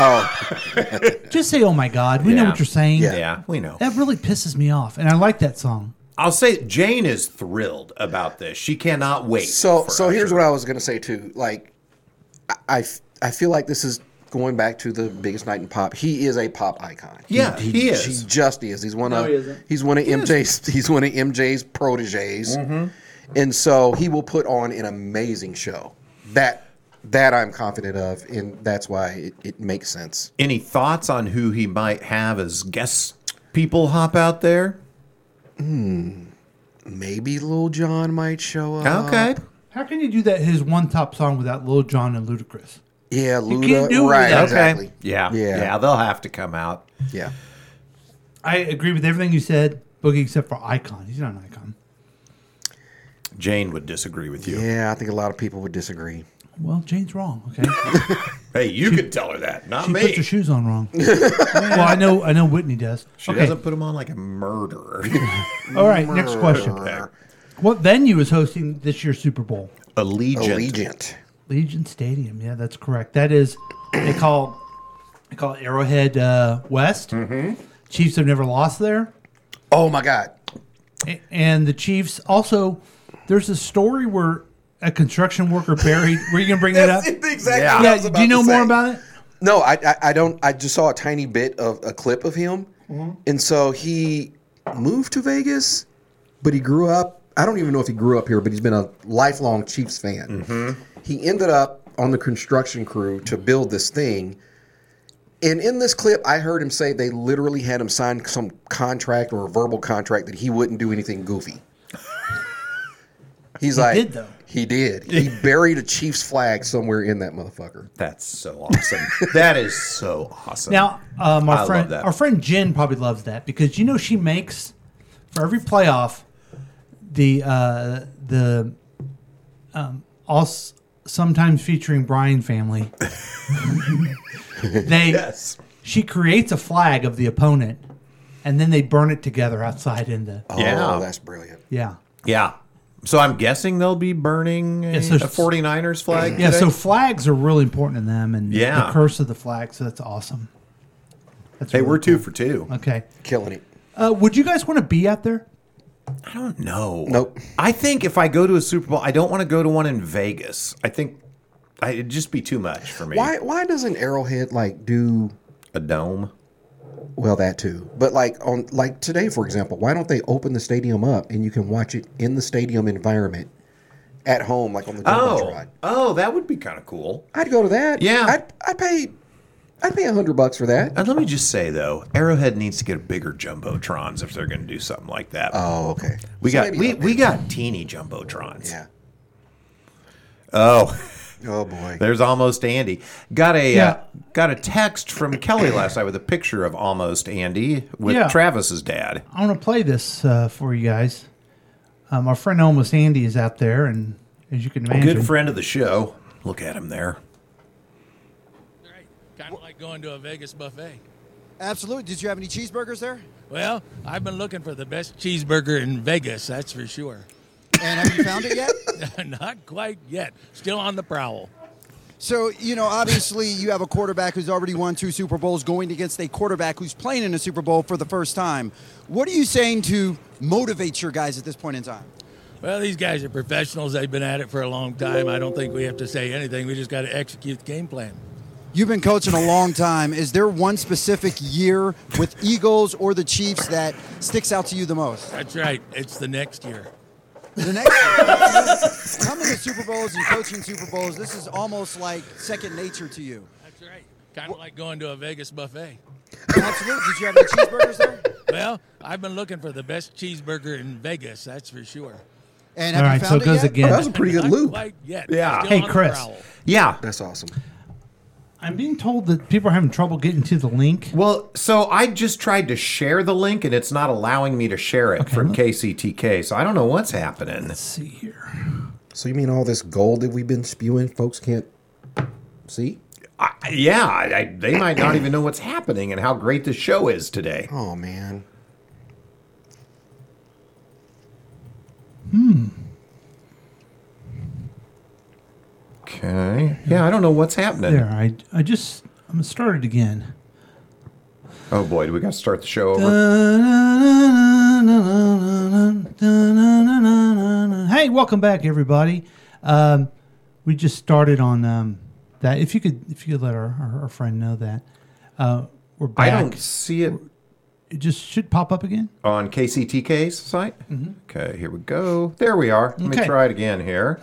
S5: Oh,
S3: [LAUGHS] Just say, "Oh my god." We know
S4: Yeah.
S3: what you're saying.
S5: Yeah.
S4: Yeah, we know.
S3: That really pisses me off, and I like that song.
S4: I'll say Jane is thrilled about this. She cannot wait.
S5: So,
S4: for
S5: so here's
S4: Usher.
S5: what I was gonna say too. Like, I- I, f- I feel like this is going back to the biggest night in pop. He is a pop icon.
S4: Yeah, he is.
S5: He just is. He's one of
S3: he isn't.
S5: he's one of MJ's he's one of MJ's proteges,
S4: Mm-hmm.
S5: and so he will put on an amazing show. That that I'm confident of, and that's why it, it makes sense.
S4: Any thoughts on who he might have as guest people hop out there?
S5: Maybe Lil Jon might show up.
S4: Okay,
S3: How can you do that? His one top song without Lil Jon and Ludacris.
S5: Yeah, Luda.
S3: can't do it
S5: right.
S3: without-
S5: Exactly.
S4: okay, yeah,
S5: Yeah.
S4: yeah, They'll have to come out.
S5: Yeah.
S3: I agree with everything you said, Boogie, except for Icon. He's not an icon.
S4: Jane would disagree with you.
S5: Yeah. I think a lot of people would disagree.
S3: Well, Jane's wrong.
S4: [LAUGHS]
S3: Okay,
S4: Hey, you could tell her that, not
S3: she puts her
S4: me.
S3: shoes on wrong.
S4: [LAUGHS]
S3: well, I know, I know Whitney does.
S4: She
S3: okay,
S4: doesn't put him on like a
S5: [LAUGHS]
S4: murderer.
S3: all right. Next question: What venue is hosting this year's Super Bowl?
S4: Allegiant.
S5: Allegiant.
S3: Legion Stadium. Yeah, that's correct. That is they call they call it Arrowhead uh, West.
S5: Mm-hmm.
S3: Chiefs have never lost there,
S5: Oh my God.
S3: A- and the Chiefs also. There's a story where a construction worker buried. Were you gonna bring that up?
S5: That's exactly
S4: Yeah.
S5: what I
S3: Yeah.
S5: was about
S3: Do you know
S5: to
S3: more
S5: say.
S3: about it?
S5: No, I, I I don't. I just saw a tiny bit of a clip of him, and so he moved to Vegas, but he grew up. I don't even know if he grew up here, but he's been a lifelong Chiefs fan. He ended up on the construction crew to build this thing. And in this clip, I heard him say they literally had him sign some contract or a verbal contract that he wouldn't do anything goofy. He's like,
S3: did, though.
S5: He did. He buried a Chiefs flag somewhere in that motherfucker.
S4: That's so awesome. that is so awesome.
S3: Now, um,
S4: I
S3: our
S4: love
S3: friend,
S4: that.
S3: our friend Jen probably loves that because you know she makes for every playoff the uh, the um, also sometimes featuring Brian
S4: [LAUGHS]
S3: family. they
S4: yes.
S3: she creates a flag of the opponent, and then they burn it together outside in the
S4: Yeah.
S5: Oh, that's brilliant.
S3: yeah
S4: Yeah. So I'm guessing they'll be burning a,
S3: Yeah, so-
S4: a 49ers flag.
S3: yeah.
S4: today?
S3: So flags are really important in them, and
S4: Yeah.
S3: the curse of the flag. So that's awesome. That's
S4: hey,
S3: really
S4: we're two
S3: cool.
S4: for two.
S3: Okay,
S5: Killing it.
S3: uh, would you guys want to be out there?
S4: I don't know.
S5: Nope.
S4: I think if I go to a Super Bowl, I don't want to go to one in Vegas. I think I, it'd just be too much for me.
S5: Why why doesn't Arrowhead like do
S4: A dome.
S5: well that too? But like on like today for example, why don't they open the stadium up and you can watch it in the stadium environment at home like on the
S4: Oh,
S5: Jumbotron?
S4: oh, that would be kind of cool.
S5: I'd go to that.
S4: Yeah.
S5: I'd I'd pay I'd pay a hundred bucks for that.
S4: And let me just say though, Arrowhead needs to get a bigger jumbotrons if they're going to do something like that.
S5: Oh, okay.
S4: we
S5: So
S4: got
S5: maybe
S4: we,
S5: up
S4: we got teeny jumbotrons.
S5: there.
S4: Oh,
S5: Yeah. Oh boy.
S4: There's almost Andy. Got a
S3: Yeah.
S4: uh, got a text from Kelly last night with a picture of almost Andy with
S3: Yeah.
S4: Travis's dad.
S3: I want to play this uh, for you guys. Um, our friend almost Andy is out there, and as you can imagine,
S4: Good friend of the show. Look at him there.
S7: Right. Kind of like going to a Vegas buffet.
S8: Absolutely. Did you have any cheeseburgers there?
S7: Well, I've been looking for the best cheeseburger in Vegas, that's for sure. [LAUGHS]
S8: And have you found it [LAUGHS] yet?
S7: Not quite yet. Still on the prowl.
S8: So, you know, obviously you have a quarterback who's already won two Super Bowls going against a quarterback who's playing in a Super Bowl for the first time. What are you saying to motivate your guys at this point in time?
S7: Well, these guys are professionals. They've been at it for a long time. I don't think we have to say anything. We just got to execute the game plan.
S8: You've been coaching a long time. Is there one specific year with Eagles or the Chiefs that sticks out to you the most?
S7: That's right. It's the next year.
S8: The next year, coming to Super Bowls and coaching Super Bowls, this is almost like second nature to you.
S7: That's right. Kind of like going to a Vegas buffet.
S8: Absolutely. Did you have any cheeseburgers there?
S7: Well, I've been looking for the best cheeseburger in Vegas, that's for sure.
S8: And
S3: All
S8: have you
S3: right,
S8: found
S3: so it goes
S5: Oh,
S8: yet?
S5: that
S3: again.
S5: was a pretty good
S7: Not
S5: loop.
S7: quite yet.
S4: Yeah.
S7: Still
S3: Hey,
S7: on the
S3: Chris.
S7: prowl.
S4: Yeah.
S5: That's awesome.
S3: I'm being told that people are having trouble getting to the link.
S4: Well, so I just tried to share the link and it's not allowing me to share it from
S3: look.
S4: KCTK. So I don't know what's happening.
S3: Let's see here.
S5: So you mean all this gold that we've been spewing, folks can't see?
S4: I, yeah, I, I, they might not even know what's happening and how great the show is today.
S5: Oh man.
S4: Okay. Yeah, I don't know what's happening.
S3: There, I, I just I'm gonna start it again.
S4: Oh boy, do we got to start the show over?
S3: Hey, welcome back, everybody. Um, we just started on um, that. If you could, if you could let our, our, our friend know that uh, we're
S4: I
S3: back.
S4: don't see it
S3: It just should pop up again.
S4: on KCTK's site. Okay, here we go. There we are. Let me
S3: Mm-hmm. Okay.
S4: try it again here.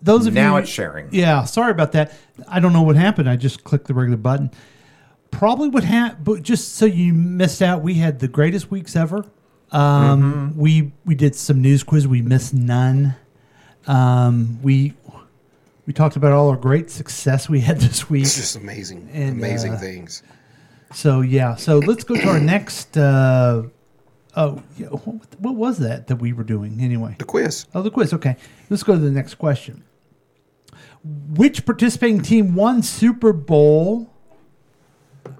S3: those of
S4: Now
S3: you,
S4: it's sharing.
S3: Yeah, sorry about that. I don't know what happened. I just clicked the regular button. Probably what happened, but just so you missed out, we had the greatest weeks ever. Um, We we did some news quiz. We missed none. Um, we we talked about all our great success we had [LAUGHS] this week.
S5: Just amazing.
S3: And,
S5: amazing
S3: uh,
S5: things.
S3: So yeah, so let's go to our next. Uh, oh, yeah, what, what was that that we were doing anyway?
S5: The quiz.
S3: Oh, the quiz. Okay. Let's go to the next question. Which participating team won Super Bowl?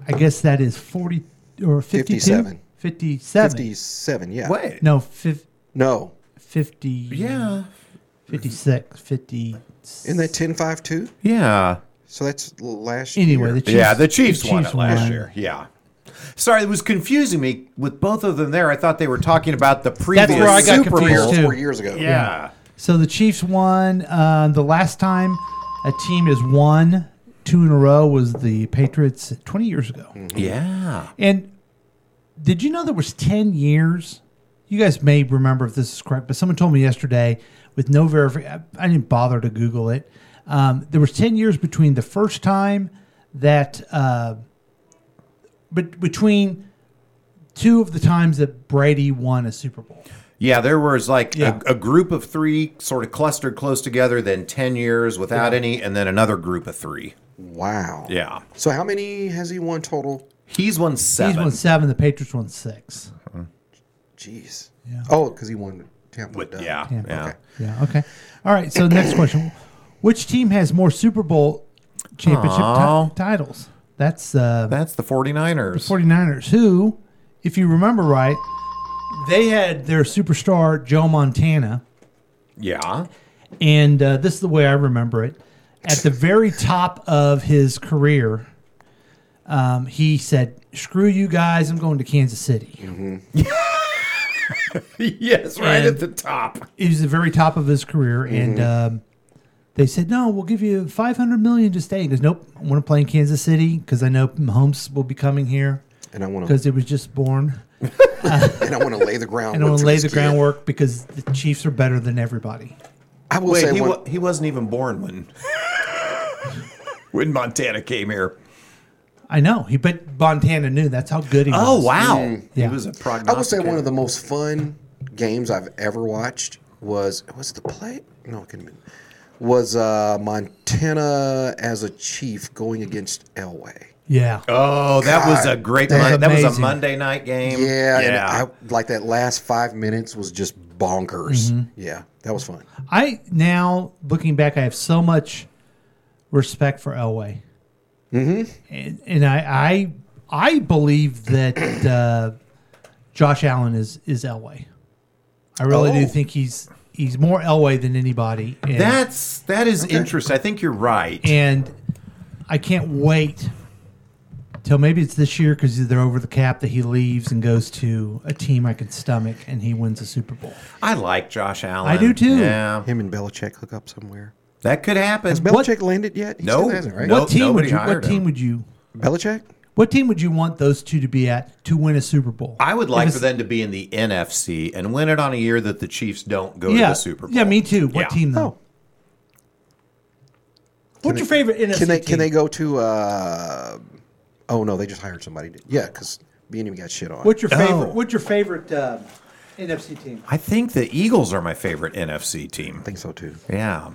S3: I guess that is 40 or 52?
S5: 57.
S3: 57.
S5: 57, yeah.
S4: Wait.
S3: No, fif-
S5: No.
S3: 50.
S4: Yeah.
S3: 56. 50.
S5: Isn't that 10 5 2?
S4: Yeah.
S5: So that's l- last
S3: Anyway,
S5: year.
S3: the Chiefs,
S4: yeah, the Chiefs, won it
S3: Chiefs
S4: last
S3: won.
S4: year. Yeah. Sorry, it was confusing me with both of them there. I thought they were talking about the previous
S3: where I got
S4: Super
S3: confused
S4: Bowl.
S3: too.
S5: Four years ago.
S4: Yeah.
S3: So the Chiefs won uh, the last time a team has won two in a row was the Patriots 20 years ago.
S4: Yeah.
S3: And did you know there was 10 years? You guys may remember if this is correct, but someone told me yesterday with no verification, I didn't bother to Google it. Um, there was 10 years between the first time that, uh, but between two of the times that Brady won a Super Bowl.
S4: Yeah, there was like
S3: Yeah.
S4: a, a group of three sort of clustered close together, then 10 years without any, and then another group of three.
S5: Wow.
S4: Yeah.
S5: So how many has he won total?
S4: He's won
S3: He's
S4: seven.
S3: won seven, the Patriots won six.
S5: Jeez. Oh, because he won Tampa.
S4: With-
S5: duh.
S4: yeah.
S3: Yeah.
S4: Yeah.
S5: Okay.
S3: Yeah, okay. All right, so next question. Which team has more Super Bowl championship
S4: Aw.
S3: ti- titles? That's uh,
S4: That's the 49ers.
S3: 49ers, who, if you remember right, they had their superstar Joe Montana,
S4: yeah. [LAUGHS]
S3: and uh, this is the way I remember it. At the very top of his career, um, he said, "Screw you guys, I'm going to Kansas City."
S4: yes, right
S3: And-
S4: at the top.
S3: It was the very top of his career, and um, they said, "No, we'll give you 500 million to stay." He goes, "Nope, I want to play in Kansas City because I know Mahomes will be coming here
S5: And I want
S3: because he
S5: to.
S3: was just born."
S5: And I want to lay the ground.
S3: And I want to
S5: for
S3: lay
S5: this
S3: the
S5: kid.
S3: groundwork because the Chiefs are better than everybody.
S5: I will
S4: Wait,
S5: say
S4: he,
S5: one,
S4: wa- he wasn't even born when [LAUGHS] when Montana came here.
S3: I know. He but Montana knew that's how good he was.
S4: Oh, wow.
S3: Yeah.
S4: He was a prognosticator.
S5: I will say one of the most fun games I've ever watched was was the play. No, it couldn't have been. Was uh, Montana as a chief going against Elway?
S3: Yeah.
S4: Oh, that was a
S5: God,
S4: great.
S3: that was
S4: Mon- that was a
S3: amazing.
S4: Monday night game.
S5: Yeah,
S4: yeah.
S5: and I like that last five minutes was just bonkers. Yeah, that was fun.
S3: I now looking back, I have so much respect for Elway. Mm-hmm. And, and I, I I believe that uh, Josh Allen is is Elway. I really do
S5: Oh.
S3: think he's he's more Elway than anybody. And,
S4: That's that is interesting. I think you're right.
S3: and I can't wait till maybe it's this year because they're over the cap that he leaves and goes to a team I can stomach and he wins a Super Bowl.
S4: I like Josh Allen.
S3: I do too.
S4: Yeah,
S5: Him and Belichick hook up somewhere.
S4: that could happen.
S5: Has Belichick landed yet? He
S4: No.
S5: still hasn't, right?
S4: No.
S3: what team would
S4: nobody
S3: you?
S4: hired
S3: What team
S4: him.
S3: would you?
S5: Belichick?
S3: What team would you want those two to be at to win a Super Bowl?
S4: I would like
S3: If
S4: for
S3: it's-
S4: them to be in the NFC and win it on a year that the Chiefs don't go
S3: yeah,
S4: to the Super Bowl.
S3: Yeah, me too. What
S4: Yeah.
S3: team
S5: Oh.
S3: though? Oh, What's your favorite NFC
S5: Can they can they
S3: team?
S5: go to? Uh, oh no, they just hired somebody. Yeah, because me and him got shit on.
S3: What's your favorite?
S4: Oh.
S3: What's your favorite uh, NFC team?
S4: I think the Eagles are my favorite NFC team.
S5: I think so too.
S4: Yeah.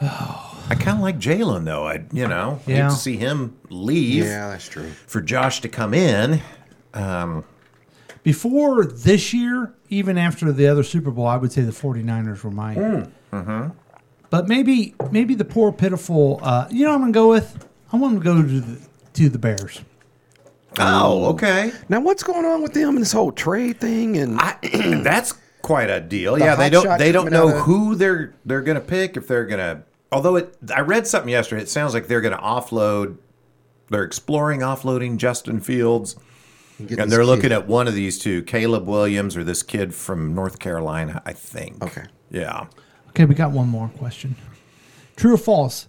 S4: I kind of like Jalen though. I you know
S3: Yeah.
S4: hate to see him leave
S5: Yeah, that's true.
S4: for Josh to come in.
S3: Before this year, even after the other Super Bowl, I would say the 49ers were mine.
S4: Hmm, mm-hmm.
S3: But maybe maybe the poor pitiful. Uh, you know, what I'm gonna go with. I want to go to the, to the Bears.
S4: Oh, okay.
S5: Now what's going on with them and this whole trade thing? And
S4: I, [CLEARS THROAT] that's quite a deal. yeah, they
S5: hot
S4: don't
S5: shot
S4: they don't
S5: coming out
S4: know
S5: of-
S4: who they're they're going to pick if they're going to. Although it, I read something yesterday. It sounds like they're going to offload. They're exploring offloading Justin Fields,
S5: get
S4: and
S5: this
S4: they're looking
S5: kid.
S4: at one of these two, Caleb Williams or this kid from North Carolina, I think.
S5: Okay.
S4: Yeah.
S3: Okay, we got one more question. True or false?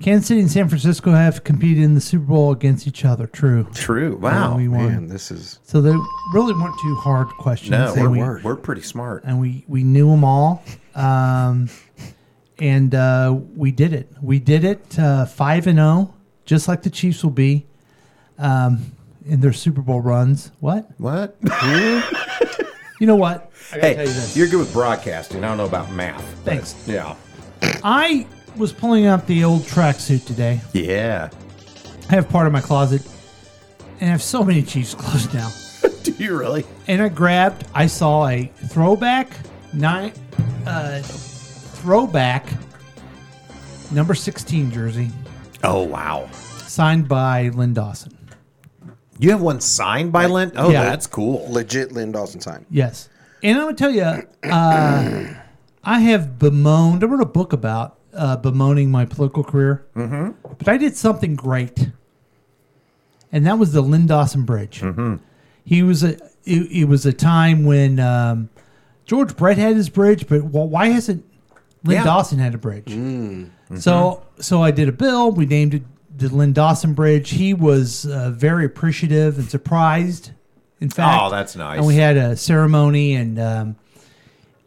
S3: Kansas City and San Francisco have competed in the Super Bowl against each other. True.
S4: True.
S3: And we
S4: Wow.
S3: won.
S5: Man, this is
S3: So they really weren't too hard questions.
S4: No,
S3: and we,
S4: we're, we're pretty smart.
S3: and we we knew them all, um, and uh, we did it. We did it uh, five and zero, just like the Chiefs will be um, in their Super Bowl runs. What?
S4: What? [LAUGHS]
S3: You know what? I gotta
S4: hey, you are good with broadcasting. I don't know about math. but
S3: Thanks.
S4: Yeah.
S3: I was pulling out the old tracksuit today.
S4: Yeah. [LAUGHS]
S3: I have part of my closet, and I have so many Chiefs clothes now.
S4: Do you really?
S3: and I grabbed. I saw a throwback nine, uh, throwback number sixteen jersey
S4: Oh wow.
S3: signed by Lynn Dawson.
S4: You have one signed by Lent? Oh,
S3: Yeah.
S4: that's cool.
S5: legit Lynn Dawson time.
S3: Yes, and I'm gonna tell you, uh, I have bemoaned. I wrote a book about uh, bemoaning my political career, mm-hmm. but I did something great, and that was the Lynn Dawson Bridge. Mm-hmm. He was a. It, it was a time when um, George Brett had his bridge, but wh- why hasn't Lynn
S4: Yeah. Mm. Mm-hmm.
S3: Dawson had a bridge? So so I did a bill. We named it the Lynn Dawson Bridge. He was uh, very appreciative and surprised. In fact,
S4: Oh, that's nice.
S3: And we had a ceremony, and um,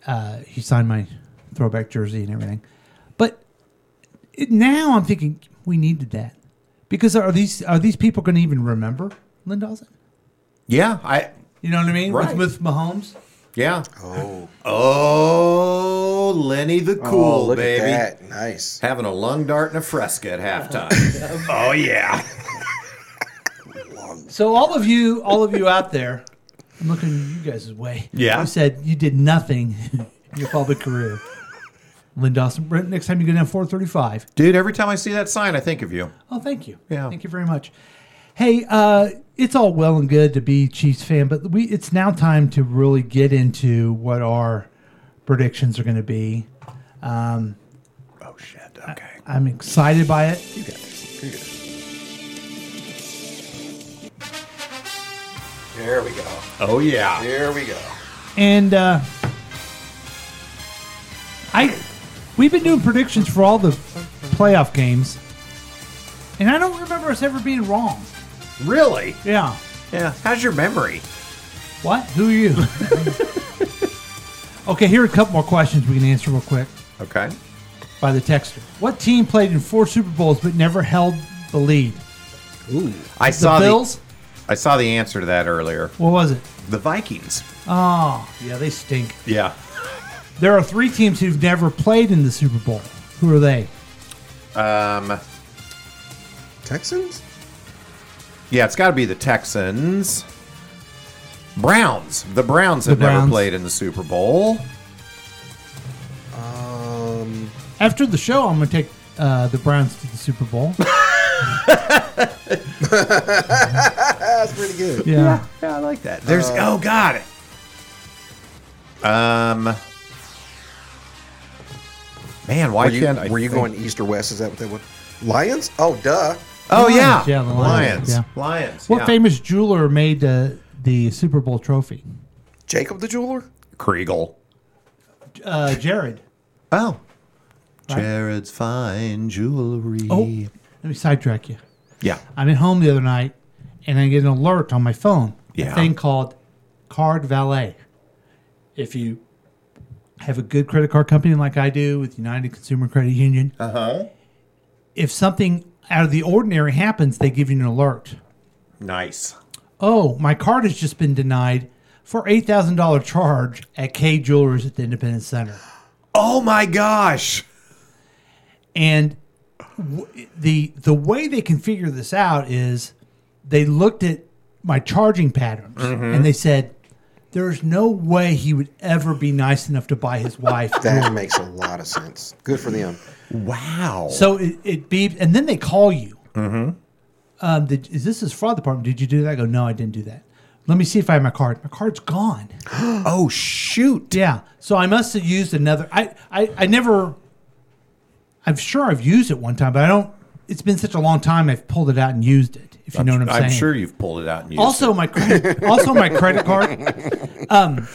S3: uh, he signed my throwback jersey and everything. But it, now I'm thinking we needed that because are these are these people going to even remember Lynn Dawson?
S4: Yeah, I.
S3: You know what I mean?
S4: Right.
S3: With, with Mahomes.
S4: Yeah. Oh. Oh, Lenny the
S5: oh,
S4: Cool,
S5: look
S4: baby.
S5: at that. Nice.
S4: Having a lung dart and a fresca at
S3: [LAUGHS]
S4: halftime. oh
S5: [LAUGHS]
S4: yeah.
S3: So all of you, all of you out there, I'm looking you guys' way.
S4: Yeah.
S3: You said you did nothing [LAUGHS] in your public career. Lynn Dawson, Brent, next time you go down 435.
S4: Dude, every time I see that sign, I think of you.
S3: Oh, thank you.
S4: Yeah.
S3: Thank you very much. Hey, uh, it's all well and good to be Chiefs fan, but we it's now time to really get into what our predictions are going to be.
S4: Oh shit. Okay.
S3: I'm excited by it. You got
S5: There we go.
S4: Oh yeah.
S5: There we go.
S3: and uh, I we've been doing predictions for all the playoff games, and I don't remember us ever being wrong.
S4: Really?
S3: Yeah.
S4: Yeah. How's your memory?
S3: What? Who are you? [LAUGHS] okay, here are a couple more questions we can answer real quick
S4: Okay.
S3: by the texter. What team played in four Super Bowls but never held the lead?
S4: I
S3: The
S4: saw
S3: Bills.
S4: I saw the answer to that earlier.
S3: what was it?
S4: The Vikings.
S3: Oh, yeah, they stink.
S4: Yeah.
S3: There are three teams who've never played in the Super Bowl. Who are they?
S4: Um.
S5: Texans?
S4: Yeah, it's got to be the Texans. Browns. The Browns have
S3: The
S4: never
S3: Browns.
S4: played in the Super Bowl.
S5: Um,
S3: After the show, I'm going to take uh, the Browns to the Super [LAUGHS] Bowl.
S5: that's pretty good.
S3: Yeah.
S4: Yeah, I like that. There's oh god. Um, man, why
S5: Were you,
S4: can't I
S5: were you
S4: think-
S5: going east or west? Is that what that one? Lions? Oh, duh.
S4: Oh yeah,
S3: Yeah, the Lions,
S4: lions,
S3: yeah.
S4: lions.
S3: What
S4: yeah.
S3: famous jeweler made uh, the Super Bowl trophy?
S5: Jacob the jeweler?
S4: Kriegel?
S3: Uh, Jared.
S4: Oh, Jared's fine jewelry.
S3: Oh, let me sidetrack you.
S4: yeah.
S3: I'm at home the other night, and I get an alert on my phone.
S4: Yeah.
S3: A thing called Card Valet. If you have a good credit card company like I do with United Consumer Credit Union, uh huh. If something out of the ordinary happens, they give you an alert.
S4: Nice.
S3: Oh, my card has just been denied for eight thousand dollar charge at K Jewelers at the Independence Center.
S4: Oh my gosh.
S3: And w- the the way they can figure this out is they looked at my charging patterns and they said there's no way he would ever be nice enough to buy his wife.
S4: Oh.
S5: That makes a lot of sense. Good
S4: [LAUGHS]
S5: for them.
S4: Wow.
S3: so it, it beeps, and then they call you. Mm-hmm. Um, did, is this his fraud department? Did you do that? I go, no, I didn't do that. Let me see if I have my card. My card's gone.
S4: [GASPS] oh shoot.
S3: Yeah. So I must have used another. I, I, I never. I'm sure I've used it one time, but I don't. It's been such a long time. I've pulled it out and used it. If you know what I'm, saying.
S4: sure you've pulled it out and used
S3: Also my credit. also my credit card. Um,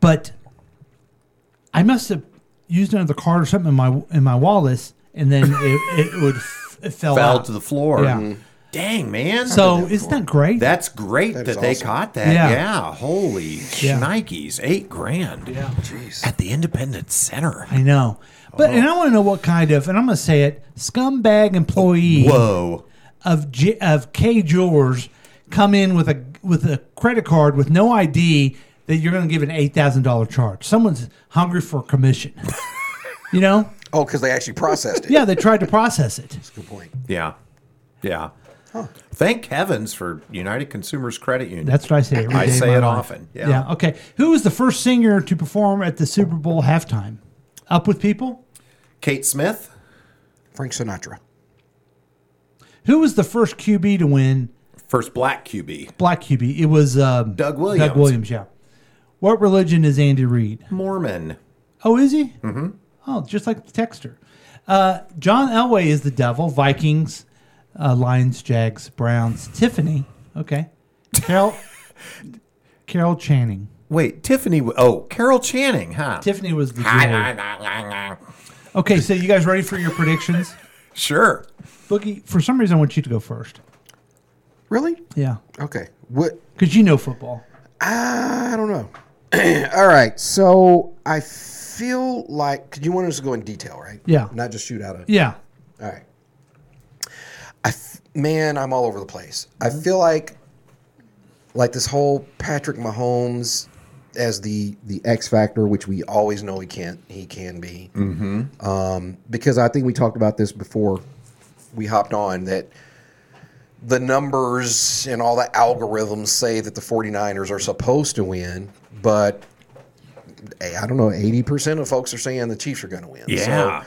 S3: but I must have used another card or something in my in my wallet, and then it, it would f- it fell,
S4: it. fell
S3: out.
S4: to the floor.
S3: uh, Yeah.
S4: Dang man.
S3: so isn't that great?
S4: That's great that,
S5: is
S4: they
S5: awesome.
S4: caught that. Yeah.
S3: Yeah.
S4: Holy shnikes. Eight grand. Yeah.
S5: Jeez.
S4: At the Independence Center.
S3: I know.
S4: Oh.
S3: But and I want to know what kind of and I'm going to say it scumbag employee.
S4: Whoa.
S3: of J- of K jewelers come in with a with a credit card with no ID that you're going to give an eight thousand dollar charge. Someone's hungry for commission. [LAUGHS] you know?
S5: Oh, because they actually processed it.
S3: Yeah, they tried to process it.
S5: That's a good point.
S4: Yeah. Yeah. Thank heavens for United Consumers Credit Union.
S3: That's what I say. every
S4: I
S3: day of
S4: say
S3: my
S4: it
S3: life.
S4: often, yeah.
S3: Okay. Who was the first singer to perform at the Super Bowl halftime? Up with people.
S4: Kate Smith.
S5: Frank Sinatra.
S3: Who was the first QB to win
S4: First black QB.
S3: black QB? It was um,
S4: Doug Williams.
S3: Doug Williams. Yeah. What religion is Andy Reid?
S4: Mormon.
S3: Oh, is he? Mm-hmm. Oh, just like the texter. Uh, John Elway is the devil. Vikings, uh, Lions,
S4: [LAUGHS]
S3: Jags, Browns, Tiffany. Okay. Carol, Carol Channing.
S4: Wait, Tiffany. w- Oh, Carol Channing, huh?
S3: Tiffany was the
S4: Ah,
S3: jewelry.
S4: nah, nah, nah, nah.
S3: Okay, so you guys ready for your predictions?
S4: Sure.
S3: Boogie, for some reason, I want you to go first.
S5: Really?
S3: Yeah,
S5: Okay. What?
S3: because you know football.
S5: I don't know. [CLEARS THROAT] All right. So I feel like because you want us to go in detail, right?
S3: Yeah.
S5: Not just shoot out a.
S3: Yeah,
S5: All right. I f- man, I'm all over the place. I feel like like this whole Patrick Mahomes as the the X factor, which we always know he can't he can be. Mm-hmm. Um, because I think we talked about this before we hopped on that the numbers and all the algorithms say that the 49ers are supposed to win, but eh, I don't know, 80% of folks are saying the Chiefs are going to win. So,
S4: Yeah.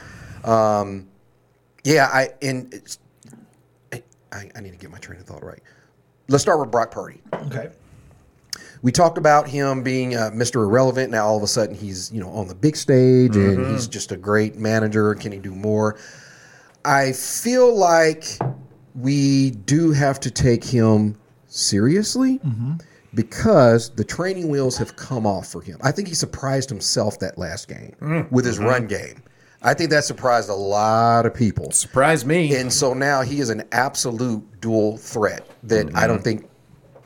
S5: yeah, I and it's, I, I need to get my train of thought right. Let's start with Brock Purdy.
S3: Okay.
S5: We talked about him being uh, Mr. Irrelevant. Now all of a sudden he's you know on the big stage and he's just a great manager. Can he do more? I feel like we do have to take him seriously because the training wheels have come off for him. I think he surprised himself that last game with his run game. I think that surprised a lot of people.
S4: Surprise me.
S5: And so now he is an absolute dual threat that I don't think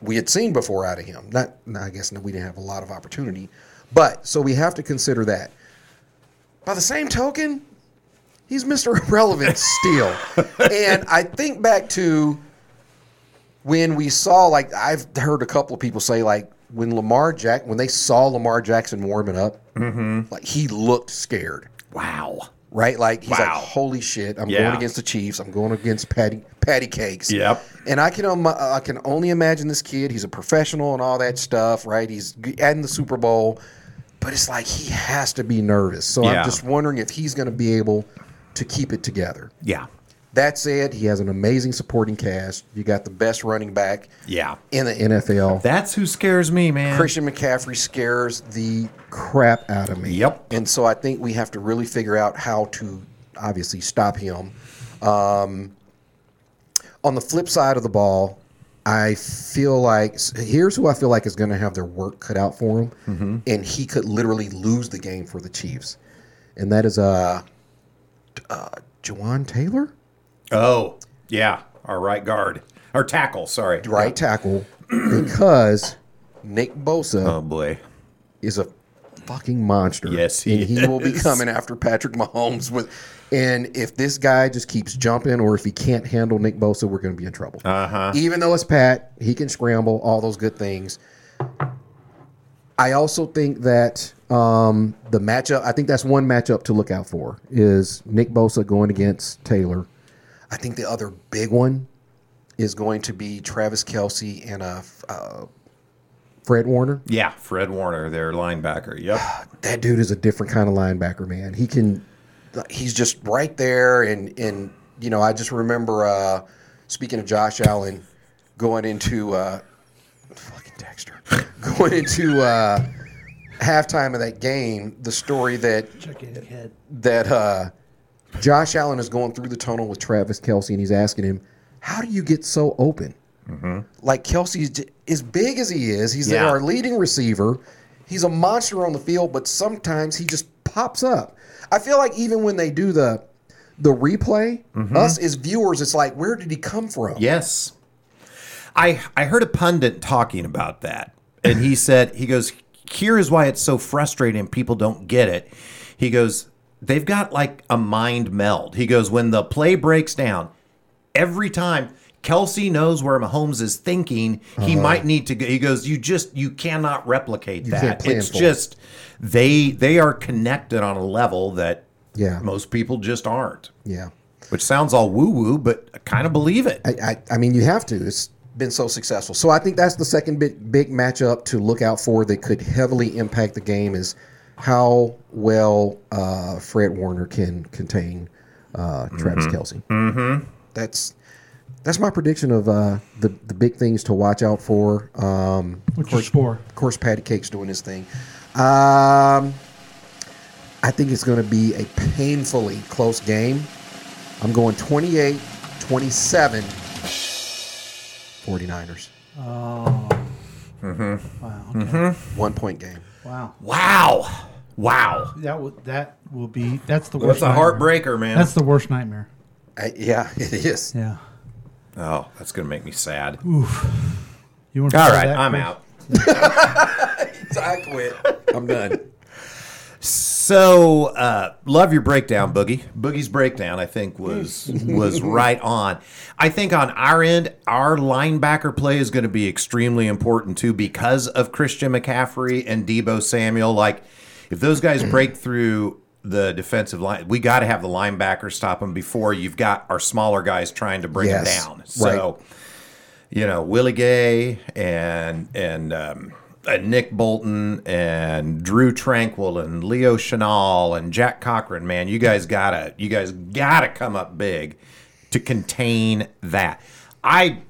S5: we had seen before out of him. Not, no, I guess we didn't have a lot of opportunity, but so we have to consider that. By the same token, he's Mr. [LAUGHS] Irrelevant still. and I think back to when we saw, like, I've heard a couple of people say, like, when Lamar Jack, when they saw Lamar Jackson warming up, like he looked scared
S4: wow.
S5: right? Like he's
S4: Wow.
S5: like, "Holy shit! I'm
S4: Yeah.
S5: going against the Chiefs. I'm going against Patty Patty Cakes."
S4: Yep.
S5: And I can um, I can only imagine this kid. He's a professional and all that stuff, right? He's g- at in the Super Bowl, but it's like he has to be nervous. So
S4: Yeah.
S5: I'm just wondering if he's going to be able to keep it together.
S4: Yeah.
S5: That said, he has an amazing supporting cast. You got the best running back
S4: Yeah.
S5: in the NFL.
S4: That's who scares me, man.
S5: Christian McCaffrey scares the crap out of me.
S4: Yep.
S5: And so I think we have to really figure out how to obviously stop him. Um, on the flip side of the ball, I feel like here's who I feel like is going to have their work cut out for him, and he could literally lose the game for the Chiefs, and that is uh, uh Jawan Taylor,
S4: Oh, yeah. Our right guard. Our tackle, sorry.
S5: right tackle, because Nick Bosa.
S4: Oh, boy.
S5: is a fucking monster.
S4: Yes, he
S5: and he will be
S4: is.
S5: coming after Patrick Mahomes with. And if this guy just keeps jumping, or if he can't handle Nick Bosa, we're going to be in trouble. Uh-huh. Even though it's Pat, he can scramble, all those good things. I also think that um, the matchup. I think that's one matchup to look out for is Nick Bosa going against Taylor. I think the other big one is going to be Travis Kelsey and uh, f- uh, Fred Warner
S4: Yeah. Fred Warner, their linebacker. Yep.
S5: that dude is a different kind of linebacker, man. He can, he's just right there, and and you know, I just remember uh, speaking of Josh Allen going into uh, fucking Dexter, [LAUGHS] going into uh, halftime of that game. The story that that uh, Josh Allen is going through the tunnel with Travis Kelsey, and he's asking him, "How do you get so open?" Like Kelsey's j- as big as he is, he's
S4: Yeah.
S5: our leading receiver. He's a monster on the field, but sometimes he just pops up. I feel like even when they do the the replay, us as viewers, it's like, where did he come from?
S4: Yes. I I heard a pundit talking about that. And
S5: [LAUGHS]
S4: he said he goes, "Here is why it's so frustrating people don't get it." He goes, "They've got like a mind meld." He goes, "When the play breaks down, every time Kelsey knows where Mahomes is thinking, he might need to go. He goes, "You just you cannot replicate
S5: Uh-huh.
S4: that.
S5: You can't plan
S4: it's
S5: for it."
S4: just they they are connected on a level that
S5: Yeah.
S4: most people just aren't."
S5: Yeah.
S4: Which sounds all woo woo, but I kind of believe it.
S5: I, I, I mean, you have to. It's been so successful. So I think that's the second big, big matchup to look out for that could heavily impact the game is how well uh, Fred Warner can contain uh, Travis Kelsey. Mm-hmm. That's that's my prediction of uh, the the big things to watch out for. Um,
S3: What's your score?
S5: of course, Patty Cake's doing his thing. Um, I think it's going to be a painfully close game. I'm going 28 27 49ers.
S3: Oh.
S5: Mm-hmm.
S3: Wow. Okay.
S5: One point game.
S3: Wow.
S4: Wow. Wow.
S3: That will that will be that's the worst.
S4: That's a
S3: nightmare.
S4: heartbreaker, man.
S3: That's the worst nightmare.
S5: Uh, yeah, [LAUGHS] it is.
S3: Yeah.
S4: oh, that's going to make me sad.
S3: You want
S4: All right, I'm out.
S5: I quit. I'm done.
S4: So, uh, love your breakdown, Boogie. Boogie's breakdown, I think, was was right on. I think on our end, our linebacker play is going to be extremely important too because of Christian McCaffrey and Debo Samuel. Like, if those guys break through the defensive line, we got to have the linebacker stop them before you've got our smaller guys trying to bring
S5: Yes,
S4: them down. So, you know Willie Gay and and um, uh, Nick Bolton and Drew Tranquil and Leo Chenal and Jack Cochran. Man, you guys gotta you guys gotta come up big to contain that. I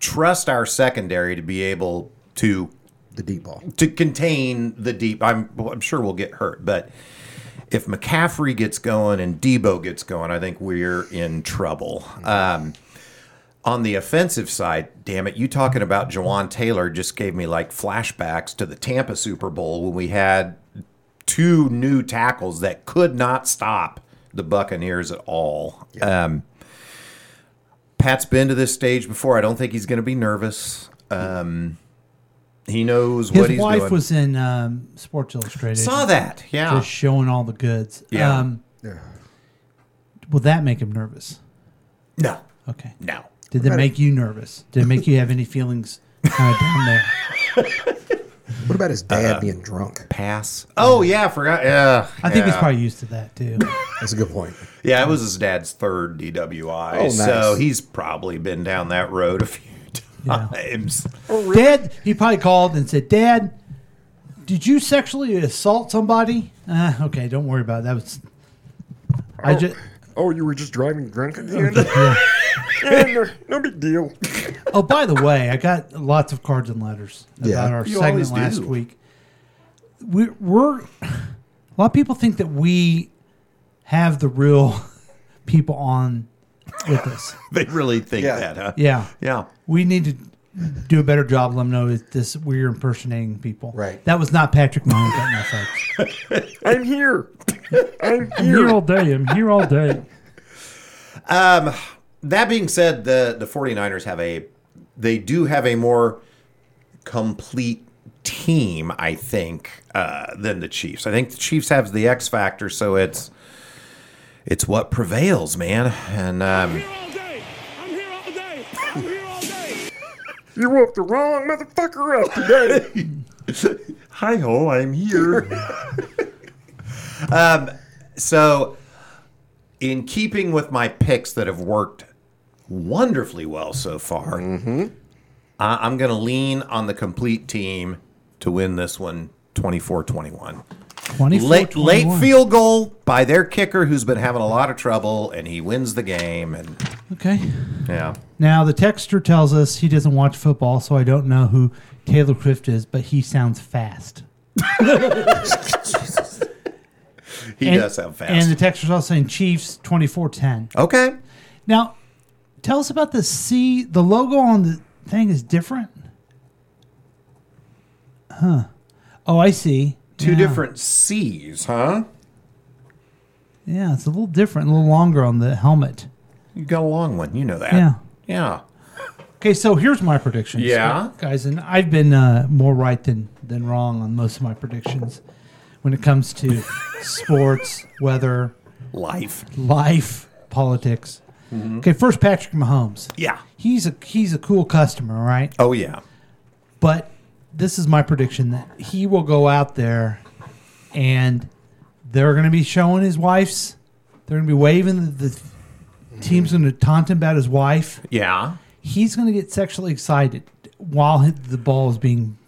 S4: trust our secondary to be able to
S5: The deep ball.
S4: to contain the deep. I'm well, I'm sure we'll get hurt, but if McCaffrey gets going and Debo gets going, I think we're in trouble. Um, on the offensive side, damn it, you talking about Jawan Taylor just gave me like flashbacks to the Tampa Super Bowl when we had two new tackles that could not stop the Buccaneers at all. Um, Pat's been to this stage before. I don't think he's going to be nervous. Um, he knows
S3: His
S4: what he's
S3: wife
S4: doing.
S3: was in um, Sports Illustrated.
S4: Saw that, yeah.
S3: Just showing all the goods.
S4: Yeah.
S3: Um,
S5: Yeah.
S3: will that make him nervous?
S4: no,
S3: Okay.
S4: no.
S3: Did that make you nervous? Did it make you have any feelings kind of down there?
S5: What about his dad being drunk?
S4: Pass. Oh yeah, I forgot. Yeah,
S3: I think he's
S4: yeah.
S3: probably used to that too.
S5: That's a good point.
S4: Yeah, it was his dad's third DWI,
S5: Oh, nice.
S4: so he's probably been down that road a few [LAUGHS] times.
S5: Oh,
S3: Dad, he probably called and said, "Dad, did you sexually assault somebody?" Uh, okay, don't worry about it. that. Was I just?
S5: Oh, you were just driving drunk at the end? no, no big deal.
S3: Oh, by the way, I got lots of cards and letters about
S5: Yeah.
S3: our
S4: You always
S3: segment
S4: do.
S3: last week. We, we're a lot of people think that we have the real [LAUGHS] people on with us.
S4: They really think
S5: Yeah.
S4: that, huh?
S3: Yeah,
S4: yeah.
S3: we need to do a better job. Let them know that this we're impersonating people.
S5: Right.
S3: That was not Patrick Mahomes. that my folks.
S5: [LAUGHS] I'm here. I'm
S3: I'm here all day. I'm here all day.
S4: That being said, the the 49ers have a they do have a more complete team, I think, uh, than the Chiefs. I think the Chiefs have the X factor, so it's it's what prevails, man. And um,
S1: all day. I'm here all day. I'm here all day.
S5: You woke the wrong motherfucker up today.
S4: Hi ho, I'm [LAUGHS] here. um, so, in keeping with my picks that have worked wonderfully well so far, I- I'm going to lean on the complete team to win this one 24 21.
S3: 24,
S4: Late, late
S3: 21.
S4: field goal by their kicker who's been having a lot of trouble, and he wins the game. And
S3: Okay.
S4: yeah,
S3: Now the texter tells us he doesn't watch football, so I don't know who Taylor Swift is, but he sounds fast.
S4: he
S3: And-
S4: does sound fast.
S3: And the texter's also saying Chiefs 24-10.
S4: okay.
S3: Now, tell us about the C. The logo on the thing is different. Huh. Oh, I see.
S4: Two
S3: Yeah.
S4: different C's, huh?
S3: Yeah, it's a little different, a little longer on the helmet.
S4: You got a long one. You know that.
S3: Yeah.
S4: Yeah.
S3: Okay, so here's my predictions.
S4: Yeah.
S3: guys, and I've been uh, more right than than wrong on most of my predictions when it comes
S4: [LAUGHS]
S3: to sports, weather,
S4: Life.
S3: life, politics. Okay, first Patrick Mahomes.
S4: Mm-hmm. Yeah.
S3: He's a he's a cool customer, all right?
S4: Oh yeah.
S3: But this is my prediction that he will go out there and they're going to be showing his wife's. They're going to be waving. The, the team's going to taunt him about his wife.
S4: Yeah.
S3: He's going to get sexually excited while hi- the ball is being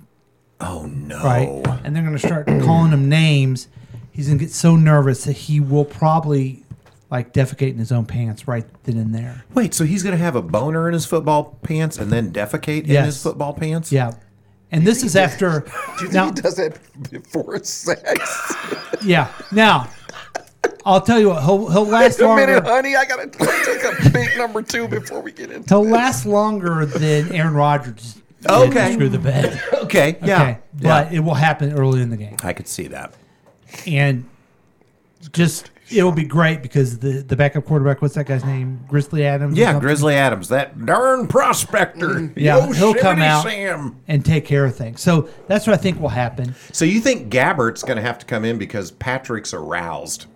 S4: Oh no.
S3: right, and they're going to start calling him names. He's going to get so nervous that he will probably like defecate in his own pants right then and there.
S4: Wait, so he's gonna have a boner in his football pants and then defecate in
S3: Yes.
S4: his football pants?
S3: Yeah. And this is
S5: [LAUGHS]
S3: after now,
S5: he does that before it's sex.
S3: yeah. Now, I'll tell you what, he'll, he'll last
S5: [LAUGHS] Wait a minute,
S3: longer.
S5: honey.
S3: [LAUGHS]
S5: I gotta take a big number two before we get into.
S3: He'll last longer than Aaron Rodgers and
S4: Okay.
S3: Screw the bed.
S4: Okay.
S3: Okay.
S4: [LAUGHS] Yeah.
S3: But
S4: yeah.
S3: it will happen early in the game.
S4: I could see that.
S3: And just, it'll be great because the, the backup quarterback, what's that guy's name? Grizzly Adams? or
S4: Yeah,
S3: something?
S4: Grizzly Adams, that darn prospector.
S3: Mm, Yeah, he'll
S4: Yosemite
S3: come out
S4: Sam.
S3: and take care of things. So that's what I think will happen.
S4: So you think Gabbert's going to have to come in because Patrick's aroused?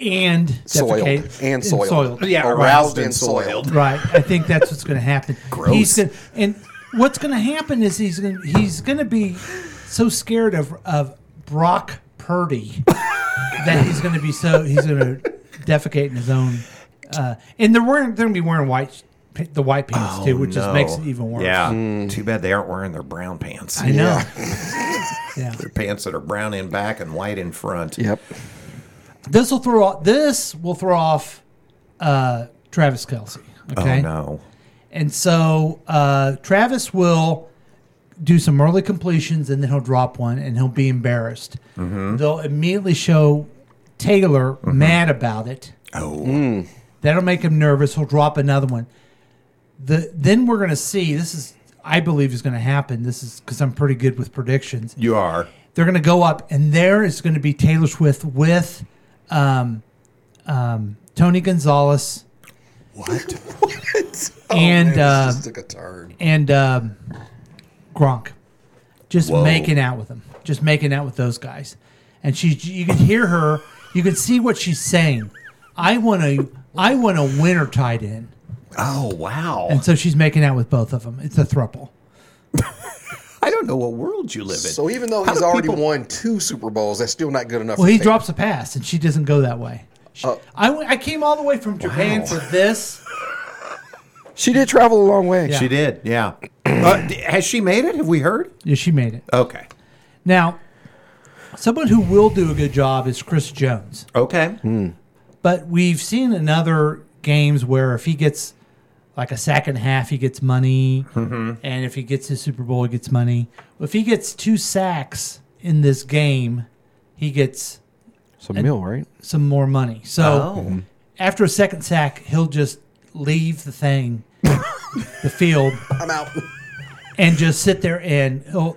S3: And
S5: Soiled.
S3: defecate-
S5: And soiled.
S4: Yeah,
S5: Aroused
S4: aroused
S5: and
S4: and soiled.
S3: Right. I think that's what's going to happen.
S4: [LAUGHS] Gross.
S3: He's gonna, and what's going to happen is he's going to he's going to be so scared of of Brock
S4: [LAUGHS]
S3: Purdy that he's going to be so he's going to defecate in his own. Uh, and they're wearing they're going to be wearing white pa- the white pants too, which just
S4: Oh, No.
S3: makes it even worse. Mm.
S4: Yeah. Too bad they aren't wearing their brown pants.
S3: I know. yeah.
S4: Pants that are brown in back and white in front.
S5: Yep.
S3: This will throw off, this will throw off uh, Travis Kelsey. Okay.
S4: Oh no.
S3: And so uh, Travis will do some early completions and then he'll drop one and he'll be embarrassed. They'll immediately show Taylor mad about it.
S4: Oh.
S3: Mm. That'll make him nervous. He'll drop another one. The then we're going to see this is I believe is going to happen. This is because I'm pretty good with predictions.
S4: You are.
S3: They're going to go up and there is going to be Taylor Swift with um, um, Tony Gonzalez And,
S5: Oh, man, this
S3: uh,
S5: just took a turn.
S3: and um, Gronk, just
S4: Whoa.
S3: making out with them, just making out with those guys, and she, you can hear her, you can see what she's saying. I want to, I want a winner tied in,
S4: Oh wow.
S3: and so she's making out with both of them. It's a thruple.
S4: I don't know what world you live in.
S5: So even though
S4: How
S5: he's
S4: do
S5: already
S4: people-
S5: won two Super Bowls, that's still not good enough.
S3: Well,
S5: for
S3: he
S5: Taylor.
S3: drops a pass, and she doesn't go that way. She, I, went- I came all the way from Japan
S4: Oh. Wow.
S3: for this.
S5: She did travel a long way.
S3: Yeah.
S4: She did. Yeah. uh, d- has she made it? Have we heard?
S3: Yeah, she made it.
S4: Okay.
S3: Now, someone who will do a good job is Chris Jones.
S4: Okay.
S3: But we've seen in other games where if he gets like a sack and a half, he gets money. And if he gets his Super Bowl, he gets money. If he gets two sacks in this game, he gets
S5: Some mill, right?
S3: some more money. So Mm-hmm.
S4: Oh.
S3: after a second sack, he'll just leave the thing, [LAUGHS] the field,
S5: I'm out.
S3: and just sit there and he'll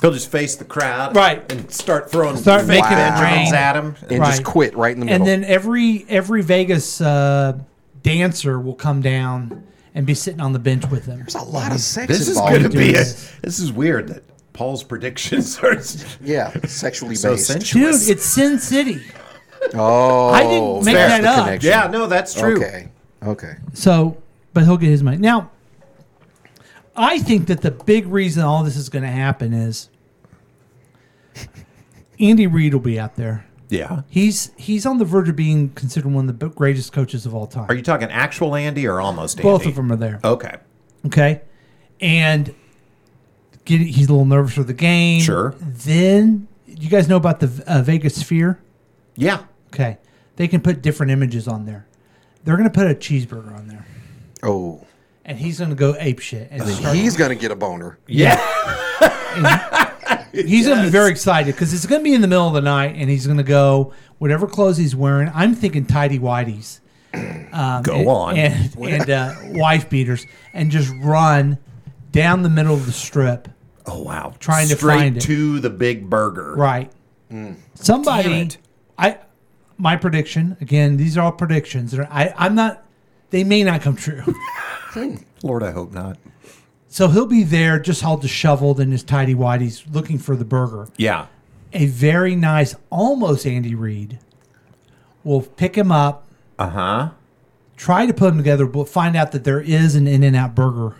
S4: He'll just face the crowd.
S3: Right.
S4: And start throwing
S3: Start making
S5: it
S4: Benjamins
S3: rain.
S4: at him.
S5: And
S3: Right.
S5: just quit right in the middle.
S3: and then every every Vegas uh, dancer will come down and be sitting on the bench with him.
S5: there's a lot of sex
S4: This is
S5: involved.
S4: going to be a,
S3: Yes.
S4: this is weird that Paul's [LAUGHS] predictions are
S5: yeah, sexually
S4: so
S5: based.
S4: sensuous.
S3: Dude, it's Sin City.
S5: oh,
S3: I didn't make
S5: there's
S3: that
S5: the
S3: up.
S5: connection.
S4: yeah, no, that's true.
S5: Okay. Okay.
S3: So, but he'll get his money. Now, I think that the big reason all this is going to happen is Andy Reid will be out there.
S4: Yeah.
S3: He's he's on the verge of being considered one of the greatest coaches of all time.
S4: Are you talking actual Andy or almost Andy?
S3: Both of them are there.
S4: Okay.
S3: Okay. And get, he's a little nervous for the game.
S4: Sure.
S3: Then, you guys know about the uh, Vegas Sphere?
S4: Yeah.
S3: Okay. They can put different images on there. They're going to put a cheeseburger on there.
S5: Oh,
S3: And he's going to go ape shit.
S4: Oh,
S3: And start
S5: he's going to get a boner.
S4: Yeah.
S3: He's going to be very excited because it's going to be in the middle of the night, and he's going to go whatever clothes he's wearing. I'm thinking tidy whities
S4: Go
S3: and-
S4: on.
S3: Um, and, and uh, wife beaters, and just run down the middle of the strip.
S4: oh wow.
S3: Trying to
S4: Straight
S3: find it.
S4: to the big burger.
S3: Right.
S4: Damn
S3: Somebody,
S4: Mm. it.
S3: I, my prediction again. These are all predictions. They're- I, I'm not. They may not come true.
S4: Lord, I hope not.
S3: so he'll be there, just all disheveled in his tidy whities, looking for the burger.
S4: Yeah.
S3: a very nice, almost Andy Reid, will pick him up,
S4: Uh huh.
S3: try to put him together, but find out that there is an In and Out burger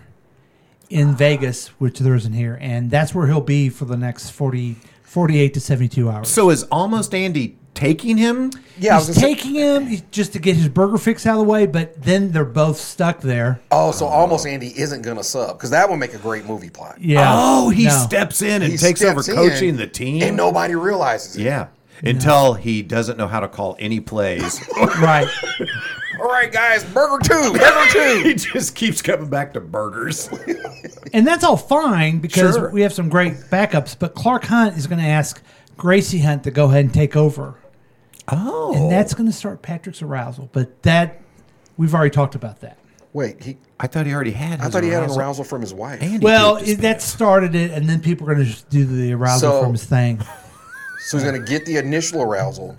S3: in Vegas, which there isn't here. And that's where he'll be for the next 40, 48 to 72 hours.
S4: So is almost Andy taking him?
S5: Yeah, I was
S3: he's
S5: gonna say-
S3: taking him just to get his burger fix out of the way, but then they're both stuck there.
S5: Oh, so almost Andy isn't going to sub because that would make a great movie plot.
S3: Yeah.
S4: Oh, he
S3: No.
S4: steps in and
S5: He
S4: takes over
S5: steps in,
S4: coaching the team.
S5: and nobody realizes it.
S4: yeah. Until he doesn't know how to call any
S5: [LAUGHS]
S4: plays.
S3: Right.
S5: All right, guys, burger two, burger
S4: [LAUGHS] he
S5: two.
S4: just keeps coming back to burgers.
S3: And that's all fine because
S4: Sure.
S3: we have some great backups, but Clark Hunt is going to ask Gracie Hunt to go ahead and take over.
S4: Oh.
S3: And that's going to start Patrick's arousal. But that, we've already talked about that.
S5: Wait, he.
S4: I thought he already had.
S5: I
S4: his
S5: thought he had an
S4: arousal.
S5: arousal from his wife.
S4: And he
S3: Well,
S4: pooped his
S3: it, that
S4: pants.
S3: started it, and then people are going to do the arousal
S5: So-
S3: from his thing.
S5: So he's going to get the initial arousal.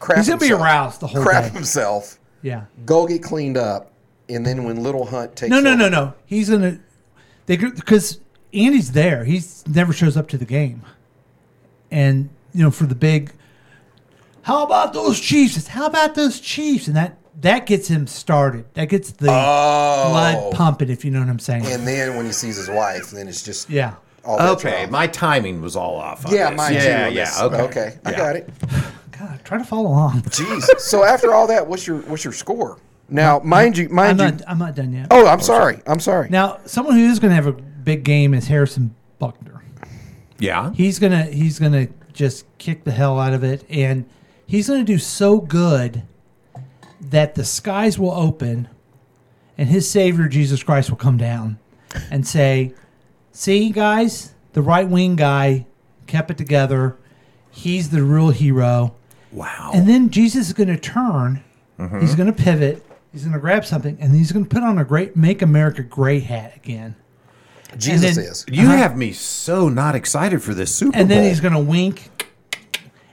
S5: Crap
S3: He's gonna be
S5: himself-
S3: aroused the whole
S5: crap
S3: day.
S5: himself.
S3: Yeah.
S5: Go get cleaned up, and then when Little Hunt takes
S3: No, no,
S5: over-
S3: no, no. He's going to they because Andy's there. He's never shows up to the game, and you know for the big. How about those Chiefs? It's, How about those Chiefs? And that that gets him started. That gets the blood pumping, if you know what I'm saying.
S5: Oh. And then when he sees his wife, then it's just
S3: yeah.
S5: All bets are
S4: Okay,
S5: off.
S4: my timing was all off. On
S5: Oh, yeah,
S4: this.
S5: mine too.
S4: yeah,
S5: on
S4: yeah.
S5: this.
S4: Okay,
S5: okay, I
S4: Yeah.
S5: got it.
S3: God, try to follow along.
S5: Jeez. so after all that, what's your what's your score? Now, mind you,
S3: I'm
S5: mind you.
S3: not. I'm not done yet.
S5: oh, I'm sorry. I'm sorry.
S3: Now, someone who is going to have a big game is Harrison Buckner.
S4: Yeah.
S3: He's gonna he's gonna just kick the hell out of it, and he's gonna do so good that the skies will open, and his Savior Jesus Christ will come down and say, "See, guys, the right wing guy kept it together. He's the real hero."
S4: wow.
S3: And then Jesus is going to turn.
S5: Mm-hmm.
S3: He's going to pivot. He's going to grab something, and he's going to put on a great "Make America Great" hat again.
S5: Jesus
S3: then- Uh-huh.
S5: is.
S4: you have me so not excited for this Super
S3: and then
S4: Bowl.
S3: he's going to wink,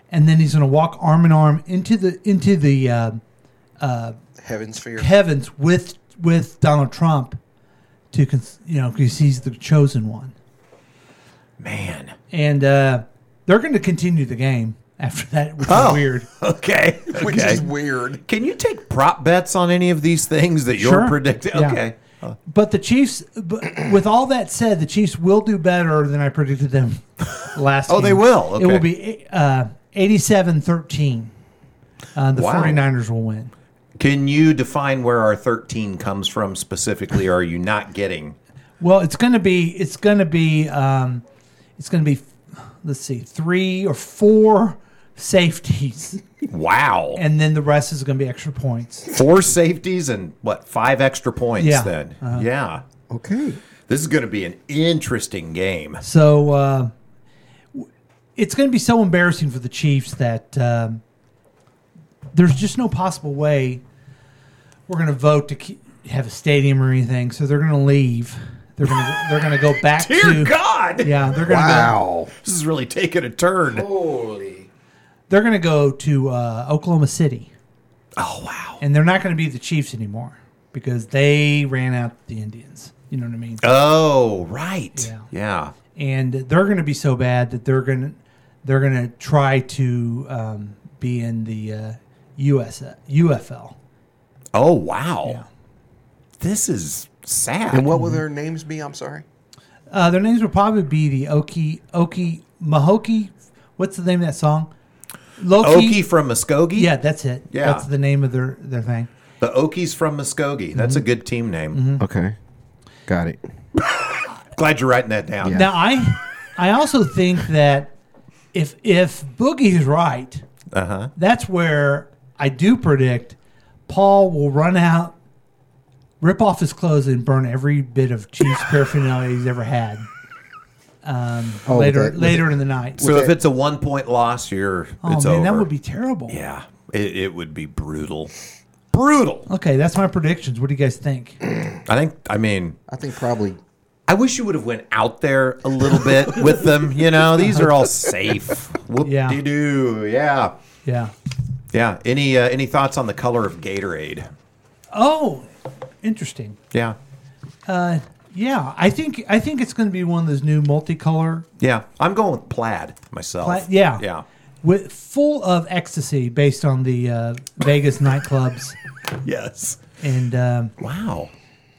S3: and then he's going to walk arm in arm into the into the uh,
S5: Heaven's fear.
S3: heavens with with Donald Trump to cons- you know because he's the chosen one,
S4: Man. [LAUGHS]
S3: and uh, they're going to continue the game after that, which
S4: Oh.
S3: is weird.
S4: Okay.
S5: Which
S4: okay.
S5: is weird.
S4: Can you take prop bets on any of these things that you're
S3: Sure.
S4: predicting?
S3: Yeah.
S4: Okay.
S3: But the Chiefs, but with all that said, the Chiefs will do better than I predicted them [LAUGHS] last
S4: Oh, they
S3: game.
S4: will?
S3: It will
S4: Okay.
S3: be uh, 87-13. Uh, the
S4: Wow.
S3: 49ers will win.
S4: Can you define where our 13 comes from specifically? Or are you not getting?
S3: Well, it's going to be it's going to be um, it's going to be let's see, 3 or 4 safeties
S4: Wow.
S3: [LAUGHS] and then the rest is going to be extra points.
S4: Four safeties and what, five extra points
S3: Yeah. Uh-huh.
S4: then? Yeah.
S5: Okay.
S4: This is going to be an interesting game.
S3: So uh, w- it's going to be so embarrassing for the Chiefs that um, there's just no possible way we're going to vote to keep, have a stadium or anything. So they're going to leave. They're going to they're going to go back
S4: [LAUGHS] Dear
S3: to
S4: God.
S3: yeah. Oh. They're going to go,
S5: Wow.
S4: This is really taking a turn.
S5: Holy.
S3: they're going to go to uh, Oklahoma City,
S4: Oh, wow.
S3: and they're not going to be the Chiefs anymore because they ran out the Indians. You know what I mean?
S4: Oh, right.
S3: Yeah.
S4: Yeah.
S3: and they're going to be so bad that they're going to they're going to try to um, be in the uh, US UFL.
S4: Oh, wow.
S3: Yeah.
S4: This is sad.
S5: And what will their names be? I'm sorry.
S3: Uh, their names would probably be the Oki Oki Mahoki. What's the name of that song?
S4: Okie from Muskogee?
S3: Yeah, that's it.
S4: Yeah.
S3: that's the name of their their thing.
S4: The Okies from Muskogee. That's
S3: Mm-hmm.
S4: a good team name.
S5: Okay. Got it.
S4: Glad you're writing that down.
S3: Now I I also think that if if Boogie is right, uh-huh. that's where I do predict Paul will run out, rip off his clothes, and burn every bit of
S4: [LAUGHS]
S3: Chiefs paraphernalia he's ever had
S5: Oh,
S3: later
S5: with that-
S3: later in the night.
S4: So if
S5: that-
S4: it's a one point loss, you're
S3: oh
S4: it's
S3: man,
S4: over.
S3: that would be terrible.
S4: yeah. It, it would be brutal, brutal.
S3: Okay, that's my predictions. What do you guys think?
S4: I think. I mean,
S5: I think probably.
S4: I wish you would have went out there a little bit
S3: [LAUGHS]
S4: with them. You know, these are all safe. Whoop de doo. Yeah.
S3: Yeah.
S4: Yeah. Any uh, any thoughts on the color of Gatorade?
S3: Oh, interesting.
S4: Yeah.
S3: Yeah, I think I think it's going to be one of those new multicolor
S4: Yeah. I'm going with plaid myself.
S3: Pla- yeah.
S4: Yeah.
S3: with full of ecstasy based on the uh, Vegas nightclubs.
S4: Yes.
S3: And um,
S4: Wow.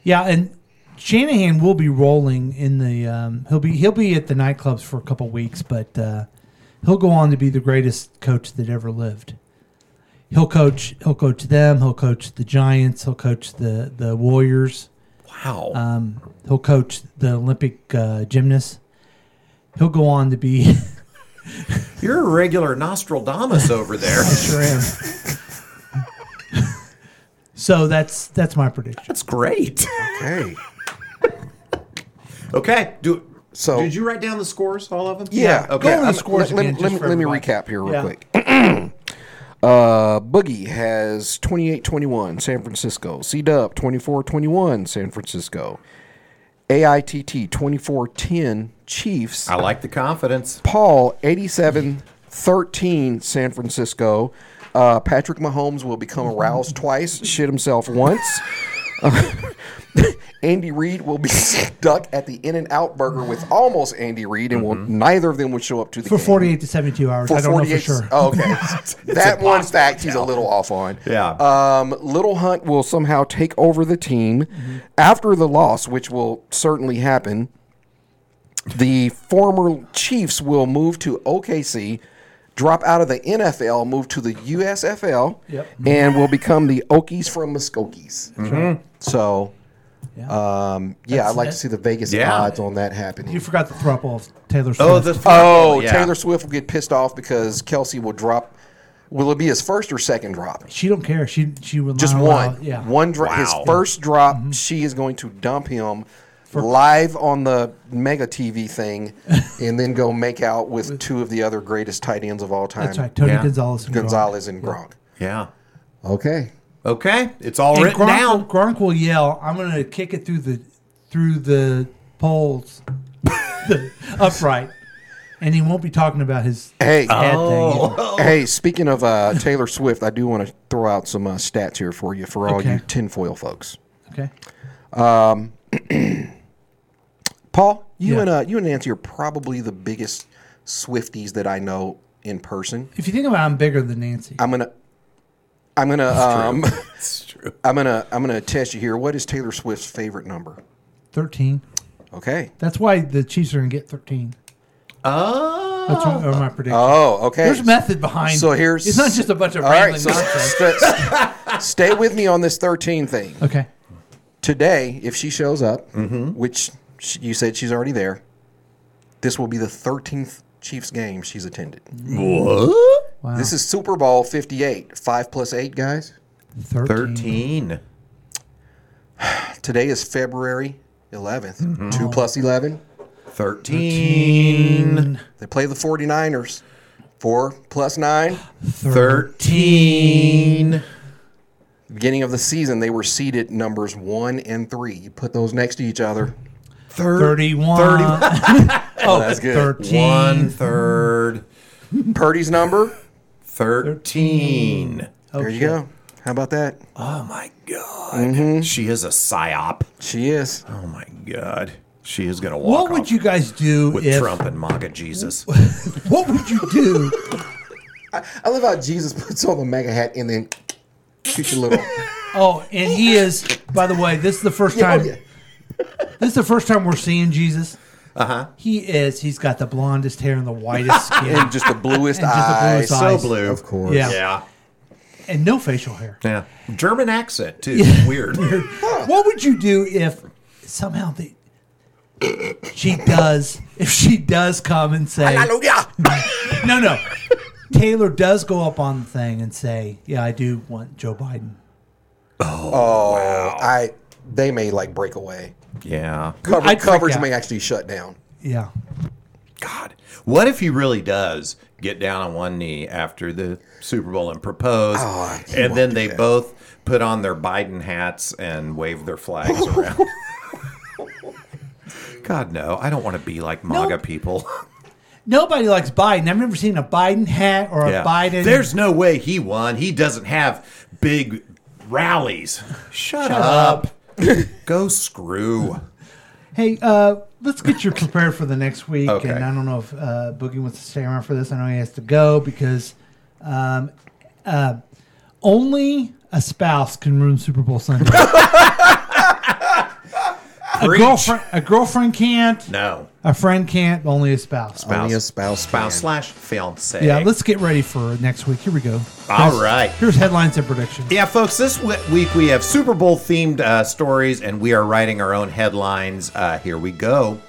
S3: yeah, and Shanahan will be rolling in the. Um, he'll be he'll be at the nightclubs for a couple weeks, but uh, he'll go on to be the greatest coach that ever lived. He'll coach. He'll coach them. He'll coach the Giants. He'll coach the the Warriors.
S4: Wow.
S3: Um, He'll coach the Olympic uh, gymnasts. He'll go on to be. [LAUGHS]
S4: you're a regular Nostradamus
S3: [LAUGHS]
S4: over there.
S3: sure am. so that's that's my prediction.
S4: That's great.
S5: Hey.
S4: [LAUGHS] Okay. Do
S5: So-
S4: did you write down the scores, all of them?
S5: Yeah.
S4: Okay.
S5: Go
S3: over the
S4: I'm-
S3: scores
S5: Let, let,
S3: again,
S5: let,
S3: just
S5: me-
S3: for
S5: let me
S3: everybody.
S5: recap here real
S3: Yeah.
S5: quick. [CLEARS THROAT] Uh, Boogie has 28 21, San Francisco. C Dub 24 21, San Francisco. AITT 24 10, Chiefs.
S4: I like the confidence.
S5: Paul, 87 13, San Francisco. Uh, Patrick Mahomes will become aroused twice, shit himself once. [LAUGHS] Andy Reid will be stuck at the In and Out Burger with almost Andy Reid, and will neither of them would show up to the
S3: for
S5: game.
S3: 48 to 72 hours. I don't know for
S5: 48
S3: sure. [LAUGHS]
S5: Oh, okay, that one fact he's a little off on.
S4: Yeah.
S5: Um, Little Hunt will somehow take over the team
S3: Mm-hmm.
S5: after the loss, which will certainly happen. The former Chiefs will move to OKC, drop out of the NFL, move to the USFL,
S3: Yep.
S5: and will become the Okies from Muskokies.
S4: Mm-hmm.
S5: So, um, yeah, I'd like to see the Vegas
S4: Yeah.
S5: odds on that happening.
S3: You forgot the thruple of Taylor Swift.
S4: Oh, the
S5: Oh,
S4: yeah.
S5: Taylor Swift will get pissed off because Kelsey will drop. Will it be his first or second drop?
S3: she don't care. She she will
S5: Just
S3: not
S5: one.
S3: allow- Uh, yeah. Mm-hmm.
S5: One drop. His
S4: Wow.
S5: first drop. She is going to dump him live on the mega
S3: [LAUGHS]
S5: TV thing, and then go make out with two of the other greatest tight ends of all time,
S3: That's right. Tony
S4: Yeah.
S3: Gonzalez. and Gronk.
S5: Gonzalez and Gronk.
S4: Yeah.
S5: Okay.
S4: Okay. It's all
S3: And
S4: written
S3: Gronk,
S4: down.
S3: will, Gronk will yell, "I'm going to kick it through the through the poles, [LAUGHS] the upright," and he won't be talking about his
S5: Hey.
S3: dad
S5: Oh.
S3: thing.
S5: Hey, speaking of uh, Taylor Swift, I do want to throw out some uh, stats here for you for all
S3: Okay.
S5: you tinfoil folks.
S3: Okay,
S5: Paul, you
S3: Yeah.
S5: and uh, you and Nancy are probably the biggest Swifties that I know in person.
S3: if you think about, it, I'm bigger than Nancy.
S5: I'm gonna, I'm
S3: [LAUGHS]
S5: gonna, um,
S4: It's true.
S5: [LAUGHS] I'm gonna, I'm gonna test you here. What is Taylor Swift's favorite number?
S3: Thirteen.
S5: Okay.
S3: That's why the Chiefs are going to get thirteen.
S4: Oh.
S3: That's one of my prediction.
S5: Oh, okay.
S3: There's method behind.
S5: So here's
S3: it's not just a bunch of
S5: All
S3: random
S5: right, so
S3: nonsense.
S5: [LAUGHS] st- stay with me on this 13 thing.
S3: Okay.
S5: Today, if she shows up,
S3: Mm-hmm.
S5: which sh you said she's already there, this will be the 13th Chiefs game she's attended.
S4: What?
S3: Wow.
S5: This is Super Bowl 58, five plus eight, guys.
S3: thirteen.
S4: 13.
S5: Today is February 11th.
S3: Mm-hmm.
S5: 2 plus 11.
S4: 13.
S5: They play the 49ers. 4 plus 9.
S4: 13.
S5: Beginning of the season, they were seeded numbers 1 and 3. You put those next to each other.
S3: Thirty-one.
S5: Oh, that's good.
S3: Thirteen.
S4: One third.
S5: Purdy's number.
S4: 13.
S3: Oh,
S5: there you go. How about that?
S4: Oh my God. She is a psyop.
S5: She is.
S4: Oh my God. She is going to walk
S3: What would
S4: off
S3: you guys do
S4: with
S3: if?
S4: Trump and MAGA
S5: [LAUGHS]
S4: Jesus.
S3: What would you do?
S5: I love how Jesus puts on the mega hat and then shoots your
S3: [LAUGHS]
S5: little.
S3: Oh, and he is. By the way, this is the first
S5: Yeah,
S3: time.
S5: oh, yeah.
S3: This is the first time we're seeing Jesus. Uh huh. He is. He's got the blondest hair and the whitest skin,
S5: and just the bluest
S3: And just the
S5: eyes.
S3: bluest
S5: So-
S3: eyes.
S4: blue.
S5: Of course.
S3: Yeah.
S4: Yeah.
S3: and no facial hair.
S4: Yeah. German accent, too. [LAUGHS] Weird.
S3: What would you do if somehow they, she does? If she does come and say,
S4: Hallelujah.
S3: no, no, Taylor does go up on the thing and say, "Yeah, I do want Joe Biden."
S5: I. They may like break away.
S4: Yeah.
S5: Cover,
S3: I'd freak
S5: coverage
S3: out.
S5: may actually shut down.
S3: Yeah.
S4: God. What if he really does get down on one knee after the Super Bowl and propose?
S5: Oh, he
S4: and
S5: won't
S4: then
S5: do
S4: they
S5: that.
S4: both put on their Biden hats and wave their
S5: [LAUGHS]
S4: flags around. God, no. I don't want to be like MAGA people. [LAUGHS]
S3: Nobody likes Biden. I've never seen a Biden hat or a
S4: Yeah.
S3: Biden.
S4: There's no way he won. He doesn't have big rallies. Shut, up. Go screw.
S3: Hey, uh, let's get you prepared for the next week.
S4: Okay.
S3: And I don't know if uh, Boogie wants to stay around for this. I know he has to go because um, uh, only a spouse can ruin Super Bowl Sunday. a
S4: Preach.
S3: girlfriend, a girlfriend can't.
S4: No.
S3: A friend can't. Only a spouse.
S5: Only a spouse
S4: Spouse
S5: can.
S4: slash fiance.
S3: Yeah. Let's get ready for next week. Here we go.
S4: All
S3: Here's-
S4: right.
S3: Here's headlines and predictions.
S4: Yeah, folks, this w- week we have Super Bowl themed uh, stories and we are writing our own headlines. Uh, here we go.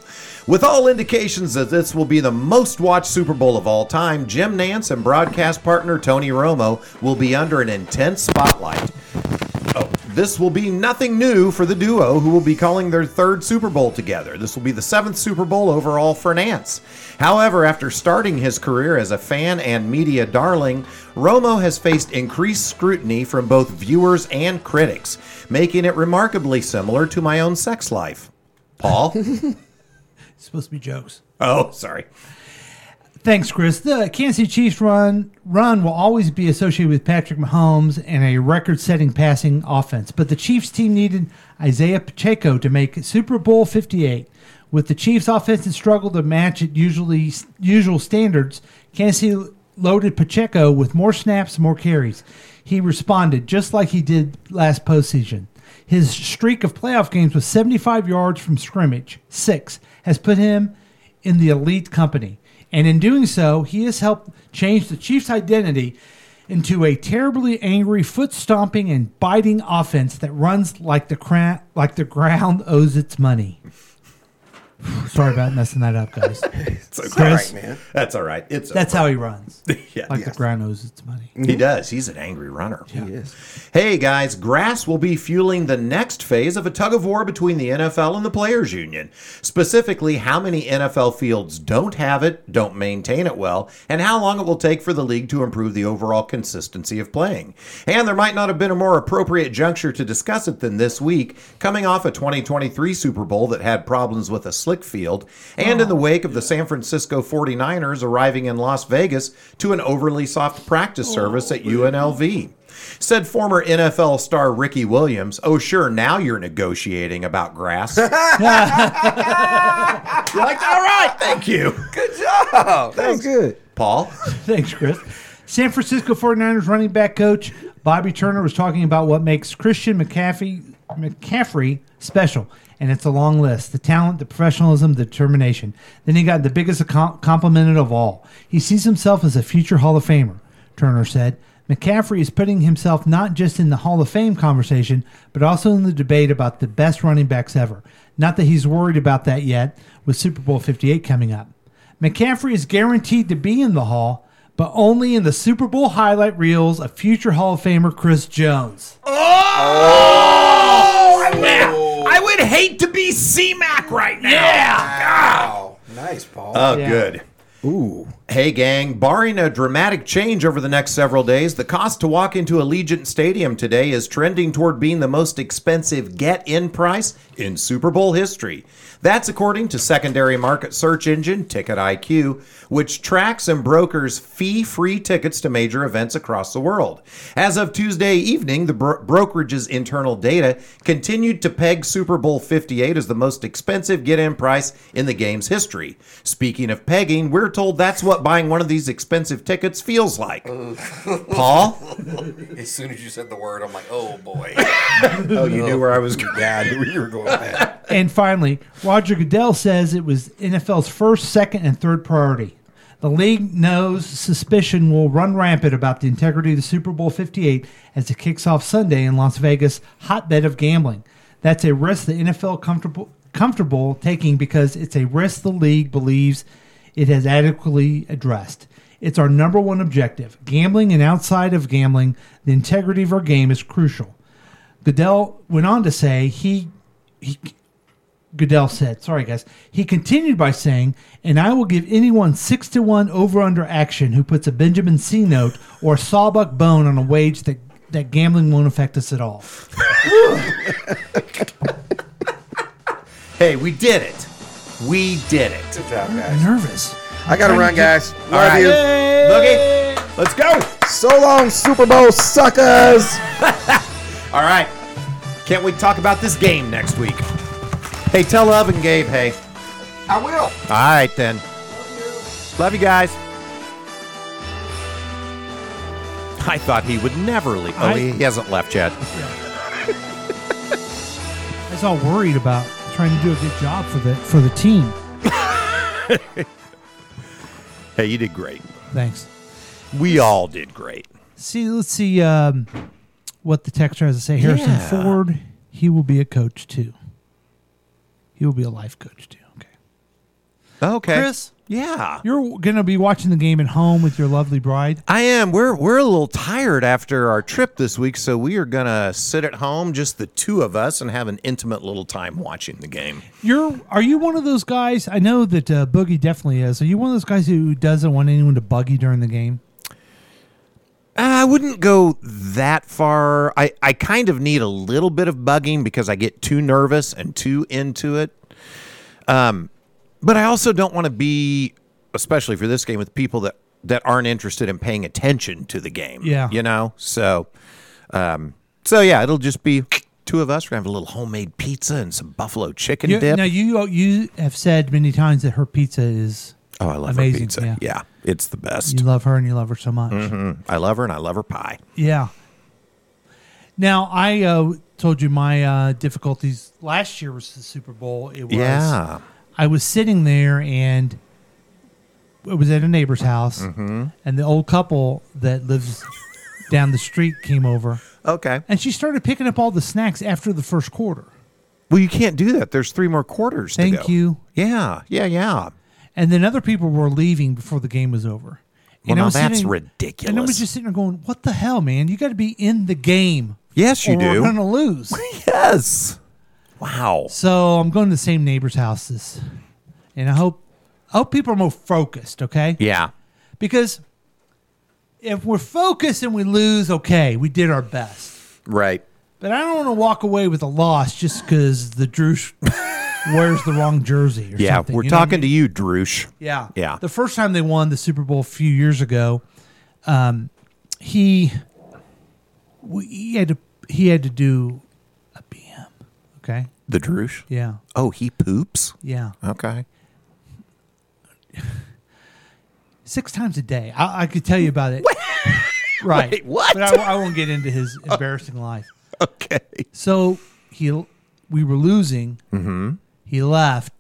S4: With all indications that this will be the most watched Super Bowl of all time, Jim Nance and broadcast partner Tony Romo will be under an intense spotlight. This will be nothing new for the duo who will be calling their third Super Bowl together. This will be the seventh Super Bowl overall for Nance. However, after starting his career as a fan and media darling, Romo has faced increased scrutiny from both viewers and critics, making it remarkably similar to my own sex life. [LAUGHS] Paul?
S3: It's supposed to be jokes.
S4: oh, sorry.
S3: Thanks, Chris. The Kansas City Chiefs run run will always be associated with Patrick Mahomes and a record-setting passing offense, but the Chiefs team needed Isaiah Pacheco to make it Super Bowl 58. With the Chiefs' offense that struggled to match its usually usual standards, Kansas City loaded Pacheco with more snaps, more carries. He responded just like he did last postseason. His streak of playoff games with 75 yards from scrimmage, six, has put him in the elite company. And in doing so, he has helped change the Chiefs' identity into a terribly angry, foot stomping, and biting offense that runs like the, cra- like the ground [LAUGHS] owes its money. Sorry about messing that up, guys.
S4: [LAUGHS] It's okay.
S3: Chris?
S4: all right, man. That's all right. It's
S3: That's how he runs.
S4: Yeah.
S3: Like
S4: [LAUGHS]
S3: the ground owes its money.
S4: He does. He's an angry runner. He is. Hey, guys, grass will be fueling the next phase of a tug of war between the NFL and the Players Union. Specifically, how many NFL fields don't have it, don't maintain it well, and how long it will take for the league to improve the overall consistency of playing. And there might not have been a more appropriate juncture to discuss it than this week, coming off a 2023 Super Bowl that had problems with a slick field, and in the wake of the San Francisco 49ers arriving in Las Vegas to an overly soft practice service at UNLV. Said former NFL star Ricky Williams, Oh, sure, now you're negotiating about grass. You're like, All right, thank you. Good job.
S5: That was good.
S4: Paul?
S3: [LAUGHS] Thanks, Chris. San Francisco 49ers running back coach Bobby Turner was talking about what makes Christian McCaffrey, McCaffrey special. And it's a long list the talent, the professionalism, the determination. Then he got the biggest accom- compliment of all. He sees himself as a future Hall of Famer, Turner said. McCaffrey is putting himself not just in the Hall of Fame conversation, but also in the debate about the best running backs ever. Not that he's worried about that yet, with Super Bowl 58 coming up. McCaffrey is guaranteed to be in the Hall, but only in the Super Bowl highlight reels of future Hall of Famer Chris Jones.
S4: Oh! I would hate to be C-Mac right now.
S5: Wow. Nice, Paul.
S4: Oh,
S3: Yeah.
S4: good.
S5: Ooh.
S4: Hey, gang, barring a dramatic change over the next several days, the cost to walk into Allegiant Stadium today is trending toward being the most expensive get in price in Super Bowl history. That's according to secondary market search engine TicketIQ, which tracks and brokers fee free tickets to major events across the world. As of Tuesday evening, the bro- brokerage's internal data continued to peg Super Bowl 58 as the most expensive get in price in the game's history. Speaking of pegging, we're told that's what buying one of these expensive tickets feels like.
S5: [LAUGHS]
S4: Paul?
S5: As soon as you said the word, I'm like, oh boy.
S4: Oh, you knew where I was going.
S5: yeah, I knew where you were going with that.
S3: And finally, Roger Goodell says it was NFL's first, second, and third priority. The league knows suspicion will run rampant about the integrity of the Super Bowl 58 as it kicks off Sunday in Las Vegas, hotbed of gambling. That's a risk the NFL comfortable comfortable taking because it's a risk the league believes it has adequately addressed. It's our number one objective. Gambling and outside of gambling, the integrity of our game is crucial. Goodell went on to say he he Goodell said, sorry guys. He continued by saying, and I will give anyone six to one over under action who puts a Benjamin C note or a sawbuck bone on a wage that, that gambling won't affect us at all.
S4: Hey, we did it. We did it.
S5: Good job,
S3: I'm
S5: guys.
S3: nervous.
S5: I gotta run, guys. Love
S4: right.
S5: you.
S4: Boogie, let's go.
S5: So long, Super Bowl suckers.
S4: All right. Can't we talk about this game next week? Hey, tell Love and Gabe, hey.
S5: I will.
S4: All right, then. Love you guys. I thought he would never leave. Oh,
S3: I-
S4: he he hasn't left yet.
S3: I was all worried about trying to do a good job for the for the team.
S4: Hey, you did great.
S3: Thanks.
S4: We all did great.
S3: See, let's see um, what the texture has to say. Harrison
S4: Yeah.
S3: Ford, he will be a coach too. He will be a life coach too. Okay.
S4: Okay.
S3: Chris,
S4: Yeah.
S3: you're going to be watching the game at home with your lovely bride.
S4: I am. We're we're a little tired after our trip this week, so we are gonna sit at home, just the two of us, and have an intimate little time watching the game.
S3: You're are you one of those guys? I know that uh, Boogie definitely is. Are you one of those guys who doesn't want anyone to bug you during the game?
S4: Uh, I wouldn't go that far. I, I kind of need a little bit of bugging because I get too nervous and too into it. Um, but I also don't want to be, especially for this game, with people that, that aren't interested in paying attention to the game.
S3: Yeah.
S4: You know? So, um, so yeah, it'll just be two of us. We're going to have a little homemade pizza and some buffalo chicken
S3: You,
S4: dip.
S3: now you you have said many times that her pizza is
S4: oh, I love her
S3: amazing,
S4: pizza. Mm-hmm.
S3: yeah.
S4: Yeah. It's the best.
S3: you love her and you love her so much.
S4: I love her and I love her pie.
S3: Yeah. Now I uh, told you my uh, difficulties last year was the Super Bowl. It was
S4: Yeah.
S3: I was sitting there and it was at a neighbor's house,
S4: Mm-hmm.
S3: and the old couple that lives down the street came over,
S4: Okay.
S3: and she started picking up all the snacks after the first quarter.
S4: Well, you can't do that. There's three more quarters to
S3: Thank
S4: go.
S3: you.
S4: Yeah, yeah, yeah.
S3: And then other people were leaving before the game was over.
S4: Well,
S3: I
S4: now
S3: was
S4: that's
S3: And I was
S4: ridiculous.
S3: just sitting there going, "What the hell, man? You got to be in the game.
S4: Yes, you
S3: or We're
S4: do.
S3: gonna lose."
S4: Yes. Wow.
S3: So I'm going to the same neighbor's houses, and I hope I hope people are more focused. Okay.
S4: Yeah.
S3: Because if we're focused and we lose, okay, we did our best.
S4: Right.
S3: But I don't want to walk away with a loss just because the Drew [LAUGHS] sh- wears the wrong jersey. Or
S4: Yeah.
S3: something,
S4: We're
S3: you know what I
S4: talking to you, Droosh.
S3: yeah.
S4: Yeah.
S3: The first time they won the Super Bowl a few years ago, um, he we, he had to he had to do a BM. Okay.
S4: The Droosh.
S3: Yeah.
S4: Oh, he poops.
S3: Yeah.
S4: Okay. [LAUGHS]
S3: Six times a day. I, I could tell you about it. right.
S4: Wait, what?
S3: But I, I won't get into his embarrassing life.
S4: Okay.
S3: So he we were losing. Mm-hmm. He left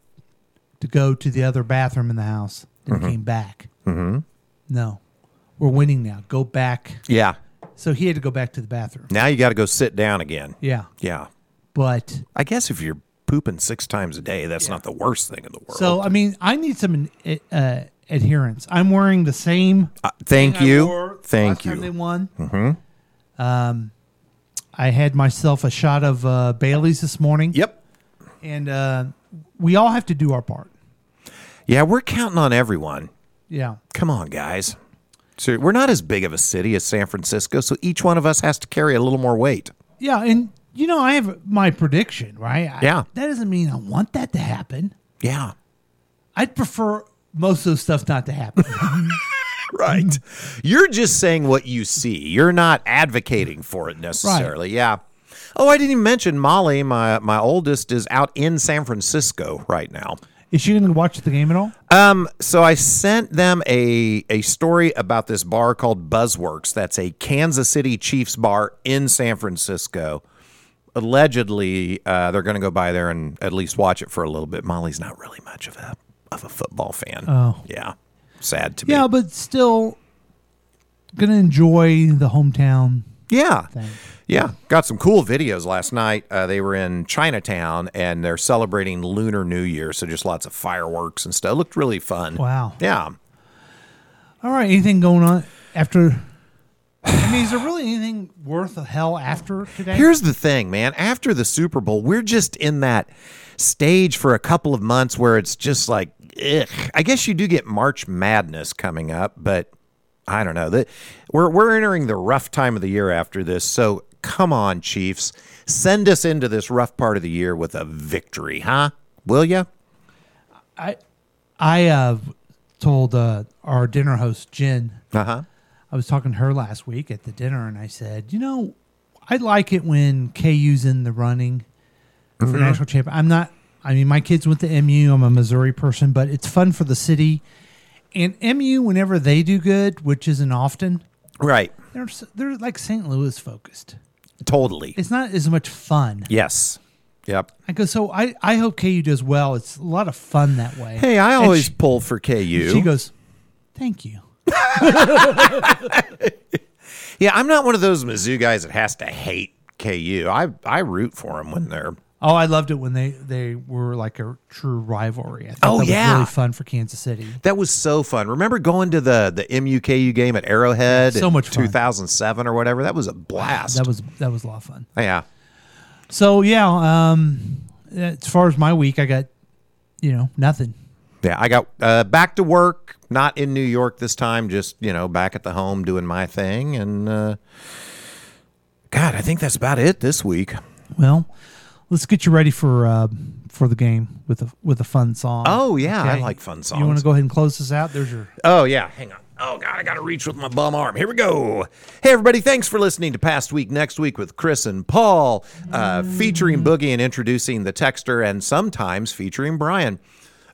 S3: to go to the other bathroom in the house and came back. Mm-hmm. No. We're winning now. Go back.
S4: Yeah.
S3: So he had to go back to the bathroom.
S4: Now you got to go sit down again.
S3: Yeah.
S4: Yeah.
S3: But
S4: I guess if you're pooping six times a day, that's not the worst thing in the world.
S3: so I mean, I need some uh, adherence. I'm wearing the same.
S4: Uh, thank
S3: thing I
S4: you.
S3: wore last
S4: Thank
S3: Time they
S4: you.
S3: won. Mm-hmm. Um, I had myself a shot of uh, Bailey's this morning.
S4: Yep.
S3: And uh, we all have to do our part.
S4: Yeah, we're counting on everyone.
S3: Yeah.
S4: Come on, guys. So we're not as big of a city as San Francisco, so each one of us has to carry a little more weight.
S3: Yeah, and you know, I have my prediction, right? I-
S4: Yeah.
S3: that doesn't mean I want that to happen.
S4: Yeah.
S3: I'd prefer most of the stuff not to happen. [LAUGHS]
S4: Right. [LAUGHS] You're just saying what you see. You're not advocating for it necessarily. Yeah. Oh, I didn't even mention Molly, my my oldest is out in San Francisco right now.
S3: Is she going to watch the game at all?
S4: Um, so I sent them a a story about this bar called Buzzworks. That's a Kansas City Chiefs bar in San Francisco. Allegedly, uh, they're going to go by there and at least watch it for a little bit. Molly's not really much of a of a football fan. Oh, yeah, sad to
S3: Yeah,
S4: me.
S3: but still going to enjoy the hometown.
S4: Yeah,
S3: Thing.
S4: yeah. Got some cool videos last night. Uh, they were in Chinatown and they're celebrating Lunar New Year, so just lots of fireworks and stuff. looked really fun.
S3: Wow.
S4: Yeah.
S3: All right, anything going on after? I mean, is there really anything worth a hell after today?
S4: Here's the thing, man. After the Super Bowl, we're just in that stage for a couple of months where it's just like, ugh. I guess you do get March Madness coming up, but I don't know. That we're we're entering the rough time of the year after this. So come on, Chiefs, send us into this rough part of the year with a victory, huh? Will ya?
S3: I, I uh, told uh, our dinner host Jen.
S4: Uh huh.
S3: I was talking to her last week at the dinner, and I said, you know, I like it when KU's in the running for national champion. I'm not. I mean, my kids went to MU. I'm a Missouri person, but it's fun for the city. And MU, whenever they do good, which isn't often,
S4: Right.
S3: they're s- they're like St. Louis focused.
S4: Totally.
S3: It's not as much fun.
S4: yes. Yep.
S3: I go, so I, I hope KU does well. It's a lot of fun that way.
S4: Hey, I
S3: And
S4: always
S3: she-
S4: pull for KU.
S3: She goes, thank you.
S4: Yeah, I'm not one of those Mizzou guys that has to hate KU. I I root for them when they're
S3: Oh, I loved it when they they were like a true rivalry. I thought
S4: Oh,
S3: that
S4: yeah.
S3: was really fun for Kansas City.
S4: That was so fun. Remember going to the the MUKU game at Arrowhead?
S3: So
S4: in
S3: much fun.
S4: 2007 or whatever. That was a blast.
S3: That was that was a lot of fun.
S4: yeah.
S3: So yeah, um, as far as my week, I got you know nothing.
S4: Yeah, I got uh, back to work, not in New York this time, just, you know, back at the home doing my thing and uh God, I think that's about it this week.
S3: Well, let's get you ready for uh, for the game with a with a fun song.
S4: Oh, yeah, I like fun
S3: You want
S4: songs.
S3: to go ahead and close this out? There's your
S4: Oh, yeah. Hang on. Oh, God, I got to reach with my bum arm. Here we go. Hey, everybody. Thanks for listening to Past Week Next Week with Chris and Paul, uh, featuring Boogie and introducing the texter, and sometimes featuring Brian.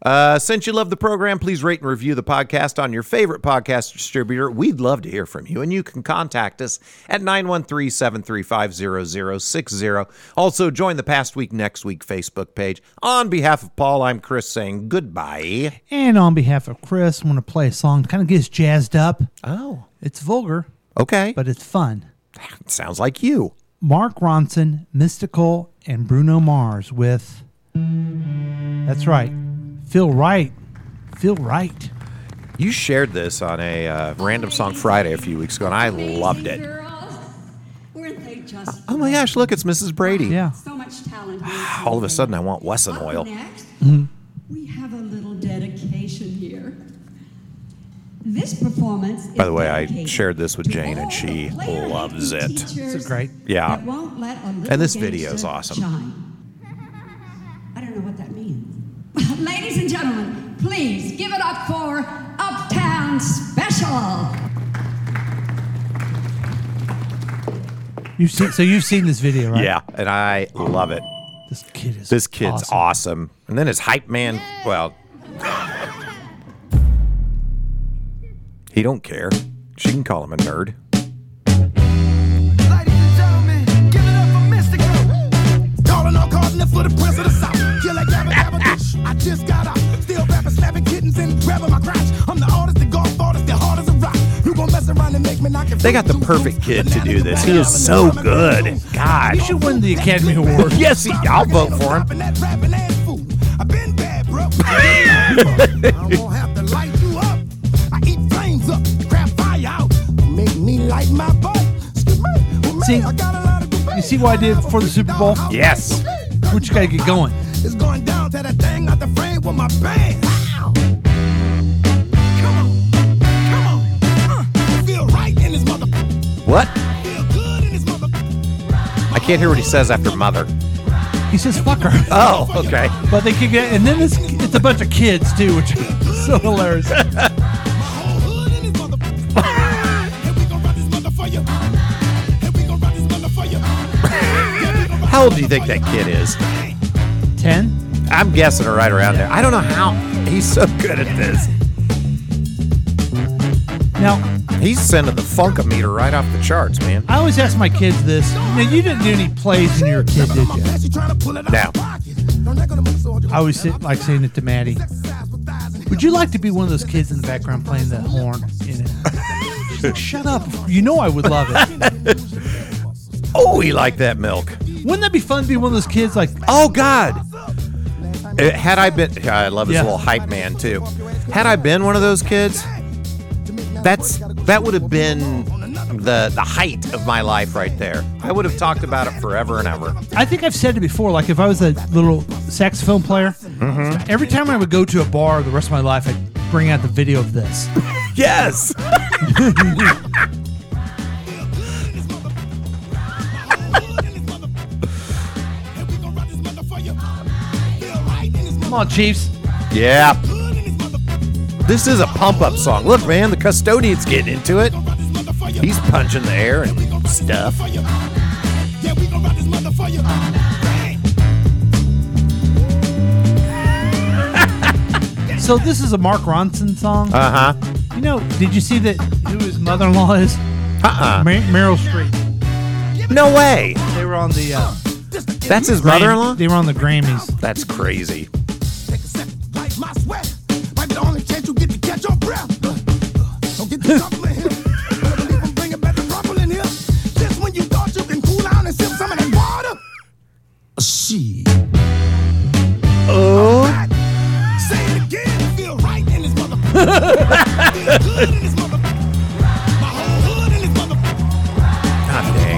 S4: Uh, since you love the program, please rate and review the podcast on your favorite podcast distributor. We'd love to hear from you, and you can contact us at 913 735 0060. Also, join the Past Week Next Week Facebook page. On behalf of Paul, I'm Chris saying goodbye.
S3: and on behalf of Chris, I want to play a song. Kind of gets jazzed up.
S4: Oh,
S3: It's vulgar,
S4: okay.
S3: but it's fun.
S4: Sounds like you.
S3: Mark Ronson, Mystical, and Bruno Mars with. That's right. Feel right. Feel right.
S4: You shared this on a uh, random song Friday a few weeks ago, and I loved it. Oh my gosh, look, it's Mrs. Brady.
S3: Yeah.
S9: So much talent.
S4: [SIGHS] All of a sudden, I want Wesson
S9: Up
S4: oil.
S9: Next, we have a little dedication here. This performance.
S4: By the
S9: is
S4: way, I
S9: dedicated
S4: shared this with
S9: to
S4: Jane, and
S9: all
S4: she
S9: the player
S4: loves
S9: happy
S4: it.
S9: teachers
S3: It's great.
S4: Yeah.
S9: that won't let a little
S4: And this
S9: gangster
S4: video's awesome.
S9: Shine. I don't know what that means. [LAUGHS] Ladies and gentlemen, please give it up for Uptown Special.
S3: You've seen, so you've seen this video, right?
S4: Yeah, and I love it.
S3: This kid is.
S4: This kid's awesome. And then his hype man, well, [LAUGHS] he don't care. She can call him a nerd.
S10: Ladies and gentlemen, give it up for Mystical. Calling all cardinals for the press of the South. Killer gabba gabba dish. I just got out. Still rapping, slapping kittens and grabbing my crotch. I'm the artist, the golf artist, the hardest of rock. You gon' mess around and make me knock it.
S4: They got the perfect kid to do this. He is so good. Gosh.
S3: He should win the Academy Award.
S4: [LAUGHS] Yes, he, I'll vote for him. [LAUGHS]
S10: I've been bad, bro. I won't have to light you up. I eat flames up, grab fire out, make me light my butt.
S3: See- you see what I did for the Super Bowl?
S4: Yes.
S3: What you gotta get going?
S10: It's going down to that thing out the frame with my band. Wow. Come on, come on. Uh, feel right in this mother.
S4: What?
S10: Feel good in this mother.
S4: I can't hear what he says after mother.
S3: He says fucker.
S4: Oh, okay.
S3: [LAUGHS] But they keep get, and then it's, it's a bunch of kids too, which is [LAUGHS] so hilarious.
S10: My whole hood in this mother. Here we go, run this mother for you. Here we go, run this mother for you.
S4: How old do you think that kid is?
S3: Ten.
S4: I'm guessing right around there. I don't know how he's so good at this.
S3: Now
S4: He's sending the funkometer right off the charts, man.
S3: I always ask my kids this. Now you didn't do any plays when you were a kid, did you?
S4: Now,
S3: I always sit, like saying it to Maddie. Would you like to be one of those kids in the background playing that horn? You know? She's like, shut up. You know I would love it.
S4: oh, he liked that milk.
S3: Wouldn't that be fun to be one of those kids? Like,
S4: Oh God! Uh, had I been, I love his
S3: Yeah.
S4: little hype man too. Had I been one of those kids, that's that would have been the the height of my life right there. I would have talked about it forever and ever.
S3: I think I've said it before. Like, if I was a little saxophone player, every time I would go to a bar the rest of my life, I'd bring out the video of this.
S4: Yes.
S3: Come on, Chiefs.
S4: Yeah. This is a pump up song. Look, man, the custodian's getting into it. He's punching the air and stuff.
S3: So this is a Mark Ronson song.
S4: Uh huh.
S3: you know, did you see that who his mother-in-law is?
S4: Uh uh
S3: Mer- Meryl Streep.
S4: No way.
S3: They were on the uh,
S4: That's his mother in law?
S3: They were on the Grammys.
S4: That's crazy. Uh, Uh,
S10: Just when you thought you can cool down and sip some of that water. She.
S4: Oh.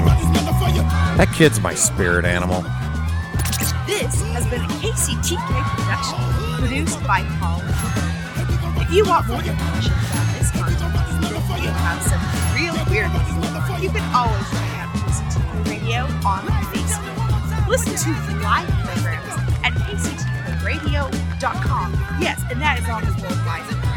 S4: That kid's my spirit animal.
S8: This has been a KCTK production produced by Paul. If you want more information about this content, if you have some real weirdness, you can always check out KCTK Radio on Facebook. Listen to the live programs at kctkradio.com. Yes, and that is on the worldwide.